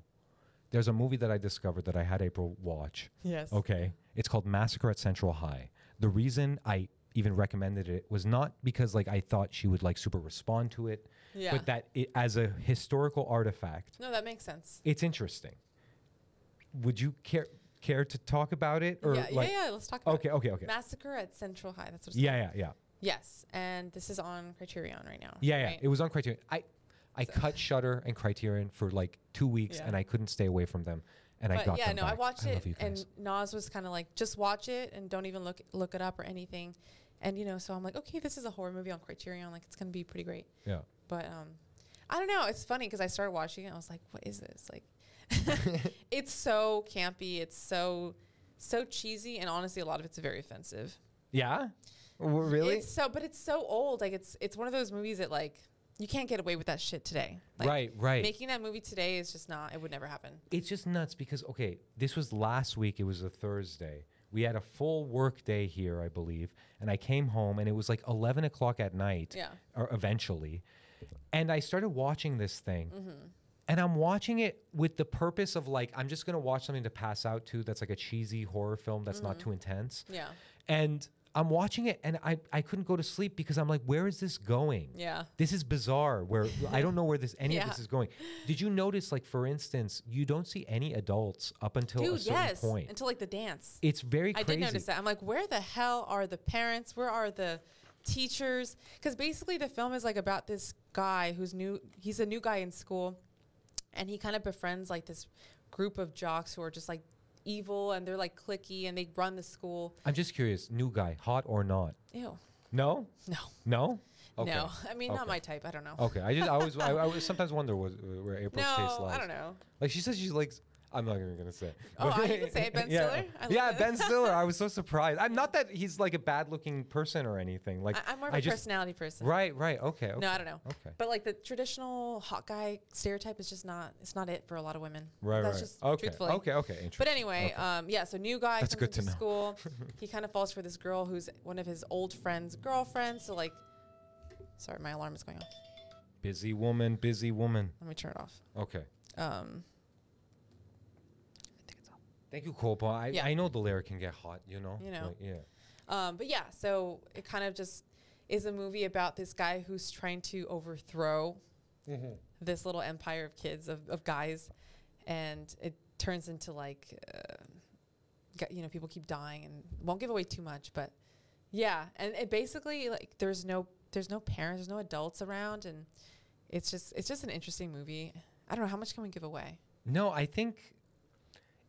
there's a movie that I discovered that I had April watch.
Yes.
Okay, it's called Massacre at Central High. The reason I even recommended it was not because like I thought she would like super respond to it,
Yeah.
but that it, as a historical artifact,
No, that makes sense.
it's interesting. Would you care care to talk about it or
yeah,
like?
yeah, yeah. Let's talk about
Okay,
it.
okay, okay.
Massacre at Central High. That's what it's
Yeah,
called.
yeah, yeah.
Yes, and this is on Criterion right now.
Yeah, yeah.
right?
It was on Criterion. I, I cut Shutter and Criterion for like two weeks,
Yeah.
and I couldn't stay away from them. And I
But
got
yeah,
them
no, I
back.
watched
love you
it,
guys.
and Nas was kind of like, just watch it and don't even look look it up or anything. And you know, so I'm like, okay, this is a horror movie on Criterion, like it's gonna be pretty great.
yeah,
But um, I don't know. It's funny because I started watching it. and I was like, what is this? Like, it's so campy. It's so so cheesy, and honestly, a lot of it's very offensive.
yeah, W- really,
It's so, but it's so old. Like it's it's one of those movies that like you can't get away with that shit today. Like,
right, right.
Making that movie today is just not. It would never happen.
it's just nuts because okay, this was last week. It was a Thursday. We had a full work day here, I believe, and I came home and it was like eleven o'clock at night.
Yeah.
Or eventually, and I started watching this thing.
Mm-hmm.
And I'm watching it with the purpose of like I'm just gonna watch something to pass out to that's like a cheesy horror film that's not too intense.
Mm-hmm. Yeah.
And I'm watching it and I, I couldn't go to sleep because I'm like, where is this going?
Yeah.
This is bizarre. Where I don't know where this any of this
Yeah.
is going. Did you notice, like, for instance, you don't see any adults up until a
Dude,
certain
yes.
point.
Until like the dance.
it's very
I
crazy.
did notice that. I'm like, where the hell are the parents? Where are the teachers? Because basically, the film is like about this guy who's new. He's a new guy in school, and he kind of befriends like this group of jocks who are just like evil and they're like clicky and they run the school.
I'm just curious, new guy, hot or not?
Ew,
No?
no.
No? Okay.
No, I mean not
Okay.
my type. I don't know.
Okay, I just I always I, I always sometimes wonder what, where April's taste
No,
lies.
I don't know.
Like she says she likes. I'm not even gonna say. it.
Oh,
But-
I can say it, Ben
yeah.
Stiller? I
yeah,
love it.
Ben Stiller. I was so surprised. I'm not that he's like a bad-looking person or anything. Like
I, I'm more of
a
a personality person.
Right, right. Okay. okay.
No, I don't know.
Okay.
But like the traditional hot guy stereotype is just not it's not it for a lot of women.
Right,
That's
right.
just
Okay,
truthfully.
okay, okay,
But
interesting.
anyway, um, yeah. So new guy
That's
comes
good to
into
know.
school. he kind of falls for this girl who's one of his old friends' girlfriends. So like, sorry, my alarm is going off.
Busy woman, busy woman.
Let me turn it off.
Okay.
Um, I think it's off.
Thank you, Cole. Paul. I,
Yeah.
I know the lyric can get hot. You know.
You know.
Like, yeah.
Um, but yeah, so it kind of just is a movie about this guy who's trying to overthrow this little empire of kids of, of guys, and it turns into like, uh, gu- you know, people keep dying and won't give away too much, but yeah, and it basically like there's no there's no parents, there's no adults around, and it's just it's just an interesting movie. I don't know how much can we give away.
No, I think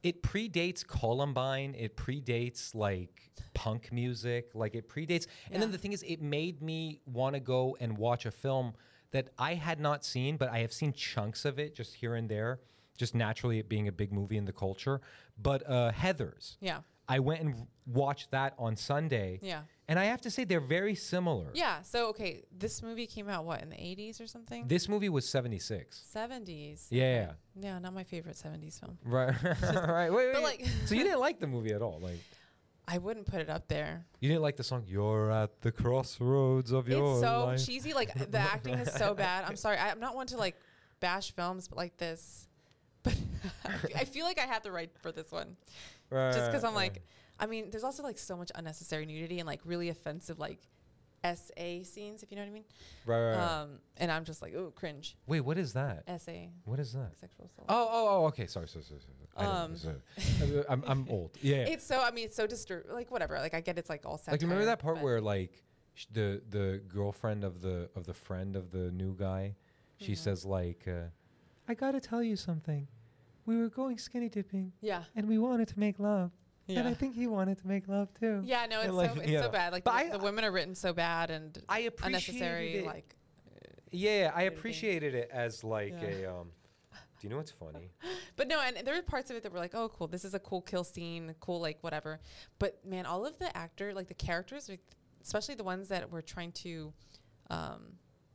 it predates Columbine. It predates like punk music. Like it predates. And then the thing is, it made me want to go and watch a film that I had not seen, but I have seen chunks of it just here and there, just naturally it being a big movie in the culture. But uh, Heather's.
Yeah.
I went and watched that on Sunday.
Yeah.
And I have to say, they're very similar.
Yeah. So okay, this movie came out what in the 80s or something?
This movie was 76.
70s.
Yeah.
Yeah, not my favorite 70s film.
Right. right. Wait,
But,
wait.
like-
so you didn't like the movie at all? Like.
I wouldn't put it up there.
You didn't like the song "You're at the crossroads of your
it's so
life."
cheesy. Like the acting is so bad. I'm sorry. I, I'm not one to like bash films, but like this. But I feel like I had the right for this one,
Right,
just because I'm
right.
like, I mean, there's also like so much unnecessary nudity and like really offensive like SA scenes, if you know what I mean.
Right, right, right.
Um, and I'm just like, oh, cringe.
Wait, what is that?
SA,
What is that?
sexual assault.
Oh, oh, oh. Okay, sorry, sorry, sorry. sorry.
Um,
I don't, I'm, I'm old. Yeah. yeah.
It's so. I mean, it's so disturbing. Like whatever. Like I get it's like all. Satire,
like, do you remember that part
but-
where like sh- the the girlfriend of the of the friend of the new guy,
Mm-hmm.
she says like, uh, "I gotta tell you something. We were going skinny dipping,
Yeah.
and we wanted to make love, and I
Yeah.
think he wanted to make love too."
Yeah, no,
And,
it's
like,
so it's
yeah.
so bad. Like
But
the,
I-
the women are written so bad and
I appreciated
unnecessary.
it.
Like
Yeah, I appreciated it as like
Yeah.
a. Um, do you know what's funny?
But no, and there were parts of it that were like, oh, cool, this is a cool kill scene, cool, like whatever. But man, all of the actor, like the characters, like, especially the ones that were trying to, um,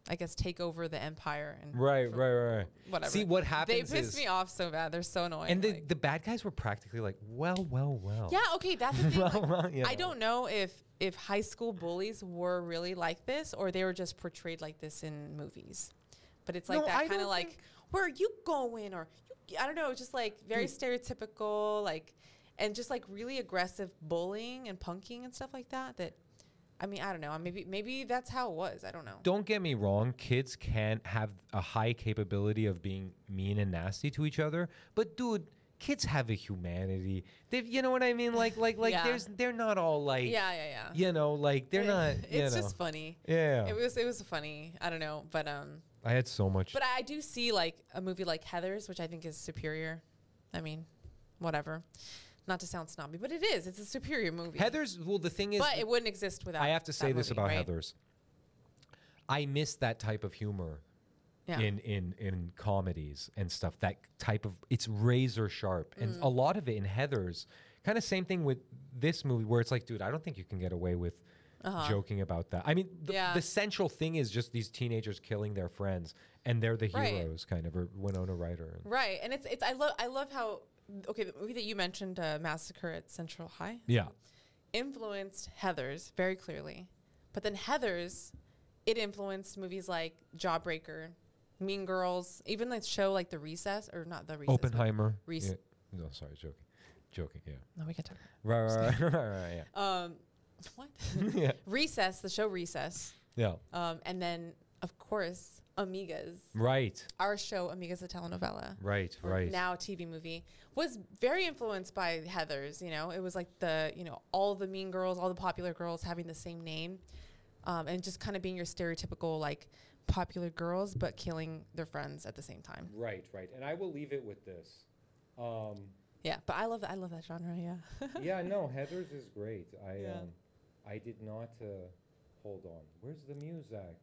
I guess, take over the empire and
Right, right, right. right.
whatever.
See what happens.
They pissed
is,
me off so bad. They're so annoying.
And the,
like-
the bad guys were practically like, well, well, well.
yeah, okay, that's the thing. like,
well, yeah.
I don't know if if high school bullies were really like this or they were just portrayed like this in movies. But it's like
No, I
that kind
don't
of like
think-
where are you going or you, I don't know, just like very
Mm.
stereotypical like and just like really aggressive bullying and punking and stuff like that that I mean, I don't know. Maybe maybe that's how it was. I don't know.
Don't get me wrong. Kids can have a high capability of being mean and nasty to each other, but dude, kids have a humanity. They, you know what I mean? Like, like, like.
Yeah.
There's, they're not all like.
Yeah, yeah, yeah.
You know, like they're not. You
it's
know.
just funny.
Yeah.
It was it was funny. I don't know, but um
I had so much.
But I do see like a movie like Heather's, which I think is superior. I mean, whatever. Not to sound snobby, but it is. It's a superior movie.
Heather's. Well, the thing is,
but it wouldn't exist without.
I have to
that
say this
movie,
about
right?
Heather's. I miss that type of humor
Yeah.
in in in comedies and stuff. That type of it's razor sharp, and
Mm.
a lot of it in Heather's. Kind of same thing with this movie, where it's like, dude, I don't think you can get away with joking about that. I mean, the,
Uh-huh. Yeah.
the central thing is just these teenagers killing their friends, and they're the
Right.
heroes, kind of. Or Winona Ryder. And,
Right, and it's it's. I love I love how okay the movie that you mentioned, uh, Massacre at Central High,
yeah,
influenced Heather's very clearly, but then Heather's it influenced movies like Jawbreaker, Mean Girls, even the show like The Recess or not The Recess. but-
Oppenheimer.
Reese-
Yeah. No, sorry, joking, joking. Yeah,
No, we can talk.
right, right, right, right, right,
Um, what?
yeah, yeah,
Recess, the show Recess.
yeah.
Um, and then, of course, Amigas,
Right,
our show, Amigas a Telenovela,
right,
or
right.
now TV movie, was very influenced by Heather's. You know, it was like the, you know, all the mean girls, all the popular girls having the same name um, and just kind of being your stereotypical, like, popular girls, but killing their friends at the same time.
Right, right. And I will leave it with this. Um,
Yeah. But I love that. I love that genre. Yeah.
yeah, no, Heather's is great. I
Yeah.
um, I did not uh, hold on. Where's the music?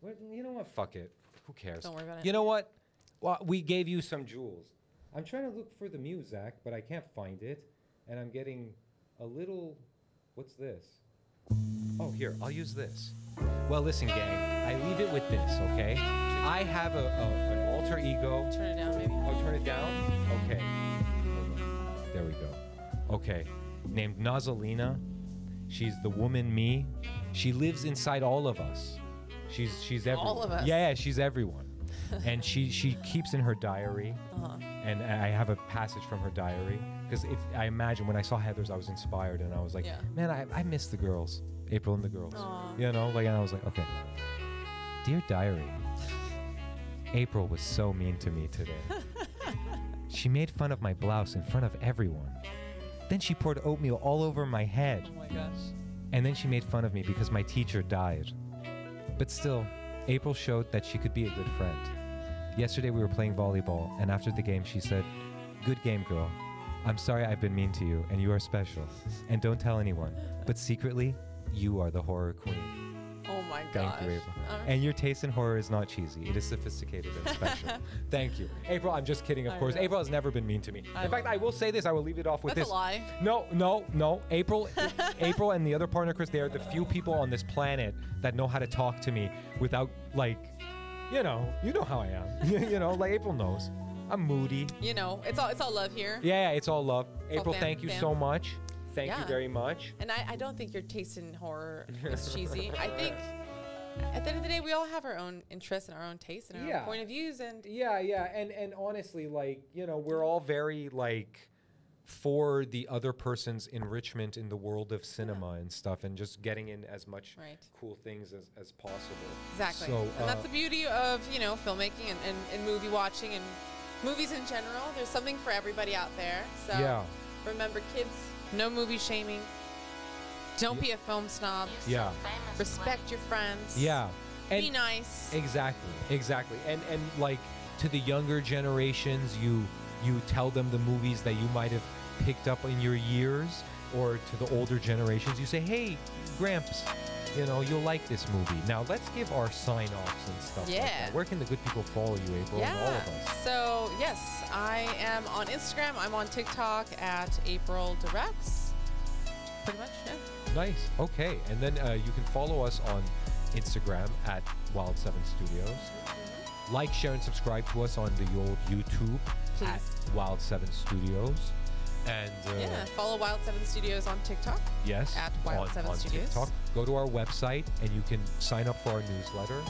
What, you know what? Fuck it. Who cares?
Don't worry about it.
You know what? Well, we gave you some jewels. I'm trying to look for the Muzak, but I can't find it, and I'm getting a little. What's this? Oh, here. I'll use this. Well, listen, gang. I leave it with this, okay? I have a, a an alter ego.
Turn it down, maybe.
Oh, turn it down? Okay. Hold on. There we go. Okay. Named Nazalina. She's the woman me. She lives inside all of us. She's she's everyone.
All of us?
Yeah, yeah, she's everyone. and she she keeps in her diary.
Uh-huh.
And I I have a passage from her diary because if I imagine when I saw Heather's, I was inspired and I was like,
Yeah.
man, I, I miss the girls, April and the girls. You know, like and I was like, okay. Dear diary, April was so mean to me today. she made fun of my blouse in front of everyone. Then she poured oatmeal all over my head.
Oh my gosh.
And then she made fun of me because my teacher died. But still, April showed that she could be a good friend. Yesterday we were playing volleyball, and after the game, she said, Good game, girl. I'm sorry I've been mean to you, and you are special. And don't tell anyone, but secretly, you are the horror queen.
Oh my
Thank
gosh. Uh-huh.
you, April.
Alright.
And your taste in horror is not cheesy, it is sophisticated and special. Thank you. April, I'm just kidding, of
I
course.
know.
April has never been mean to me.
I
in fact,
know.
I will say this, I will leave it off with
That's a
this.
lie.
No, no, no. April, April, and the other partner, Chris. They are the few people on this planet that know how to talk to me without, like, you know, you know how I am. you know, like April knows. I'm moody.
You know, it's all it's all love here.
Yeah, yeah, it's all love.
all
April,
fam-
thank you
fam.
so much. Thank you
Yeah.
very much.
And I, I don't think your taste in horror is cheesy. I think at the end of the day, we all have our own interests and our own tastes and our
Yeah.
own point of views. And
Yeah, yeah, and and honestly, like you know, we're all very like for the other person's enrichment in the world of cinema and stuff, and just getting in as much
Right.
cool things as, as possible.
exactly.
So,
and
uh,
that's the beauty of, you know, filmmaking and, and, and movie watching and movies in general. There's something for everybody out there. So
Yeah.
remember, kids, no movie shaming. Don't be a film snob.
You
Yeah.
so famous
Respect your friends.
Yeah.
be nice.
Exactly. Exactly. And and like to the younger generations, you you tell them the movies that you might have picked up in your years, or to the older generations, you say, "Hey, Gramps, you know you'll like this movie." Now let's give our sign offs and stuff. like that.
Yeah.
Where can the good people follow you, April? And all of us.
So yes, I am on Instagram. I'm on TikTok at April Directs. Pretty much. Yeah.
Nice. Okay. And then uh, you can follow us on Instagram at Wild Seven Studios.
Mm-hmm.
Like, share, and subscribe to us on the old YouTube at Wild Seven Studios. And uh,
Yeah. Follow Wild Seven Studios on TikTok.
yes,
At Wild
on,
Seven
on
Studios.
TikTok. Go to our website and you can sign up for our newsletter.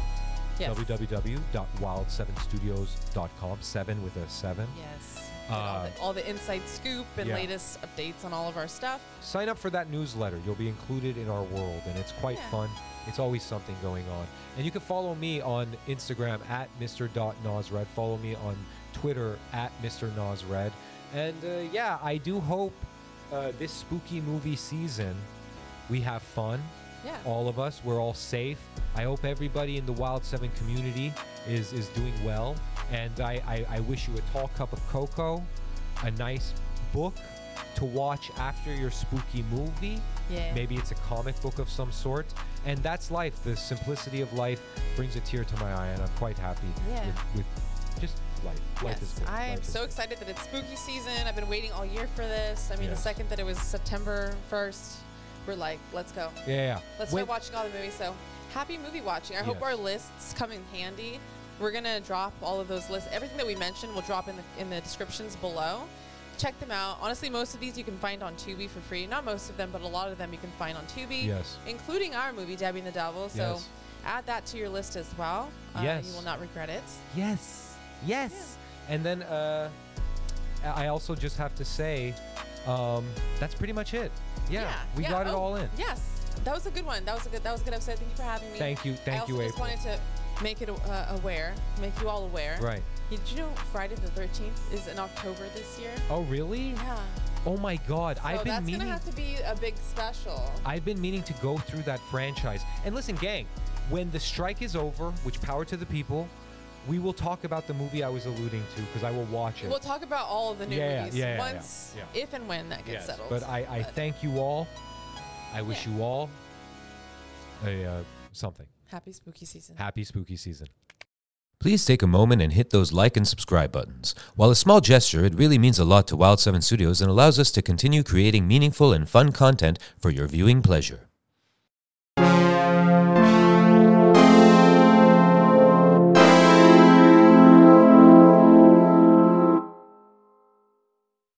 Yes.
www.wild7studios.com. Seven with a seven.
Yes.
Uh,
all, the, all the inside scoop and
yeah.
latest updates on all of our stuff.
sign up for that newsletter. You'll be included in our world, and it's quite
Yeah.
fun. It's always something going on. And you can follow me on Instagram at Mr.NosRed. Follow me on Twitter at MrNosRed. And uh, yeah, I do hope uh, this spooky movie season we have fun.
Yeah.
All of us, we're all safe. I hope everybody in the Wild 7 community is, is doing well. And I, I, I wish you a tall cup of cocoa, a nice book to watch after your spooky movie.
Yeah.
Maybe it's a comic book of some sort. And that's life. The simplicity of life brings a tear to my eye, and I'm quite happy
Yeah.
with, with just life. Life is
yes.
good.
I am
Life is
so
good.
excited that it's spooky season. I've been waiting all year for this. I mean,
Yes.
the second that it was September 1st, we're like, let's go.
Yeah, yeah.
Let's
When-
start watching all the movies. So happy movie watching. I hope
Yes.
our lists come in handy. We're gonna drop all of those lists. Everything that we mentioned will drop in the in the descriptions below. Check them out. Honestly, most of these you can find on Tubi for free. Not most of them, but a lot of them you can find on Tubi.
Yes.
Including our movie Debbie and the Devil. So
Yes.
add that to your list as well. Uh,
Yes.
You will not regret it.
Yes. Yes. And then uh, I I also just have to say um, that's pretty much it. Yeah. we got it
oh,
all in.
Yes. That was a good one. That was a good. That was a good episode. Thank you for having me.
Thank you.
I
Thank
also
you,
just
April.
wanted to make it uh, aware, make you all aware.
Right.
Did you know Friday the 13th is in October this year?
Oh, really? Oh, my God.
So
I've been
that's
meaning.
gonna have to be a big special.
I've been meaning to go through that franchise. And listen, gang, when the strike is over, which power to the people, we will talk about the movie I was alluding to because I will watch it.
We'll talk about all of the new
Yeah,
movies
yeah, yeah, yeah,
once,
yeah.
if and when that gets settled.
But I, I
But
thank you all. I wish
Yeah.
you all a uh, something.
Happy spooky season.
Happy spooky season. Please take a moment and hit those like and subscribe buttons. While a small gesture, it really means a lot to Wild 7 Studios and allows us to continue creating meaningful and fun content for your viewing pleasure.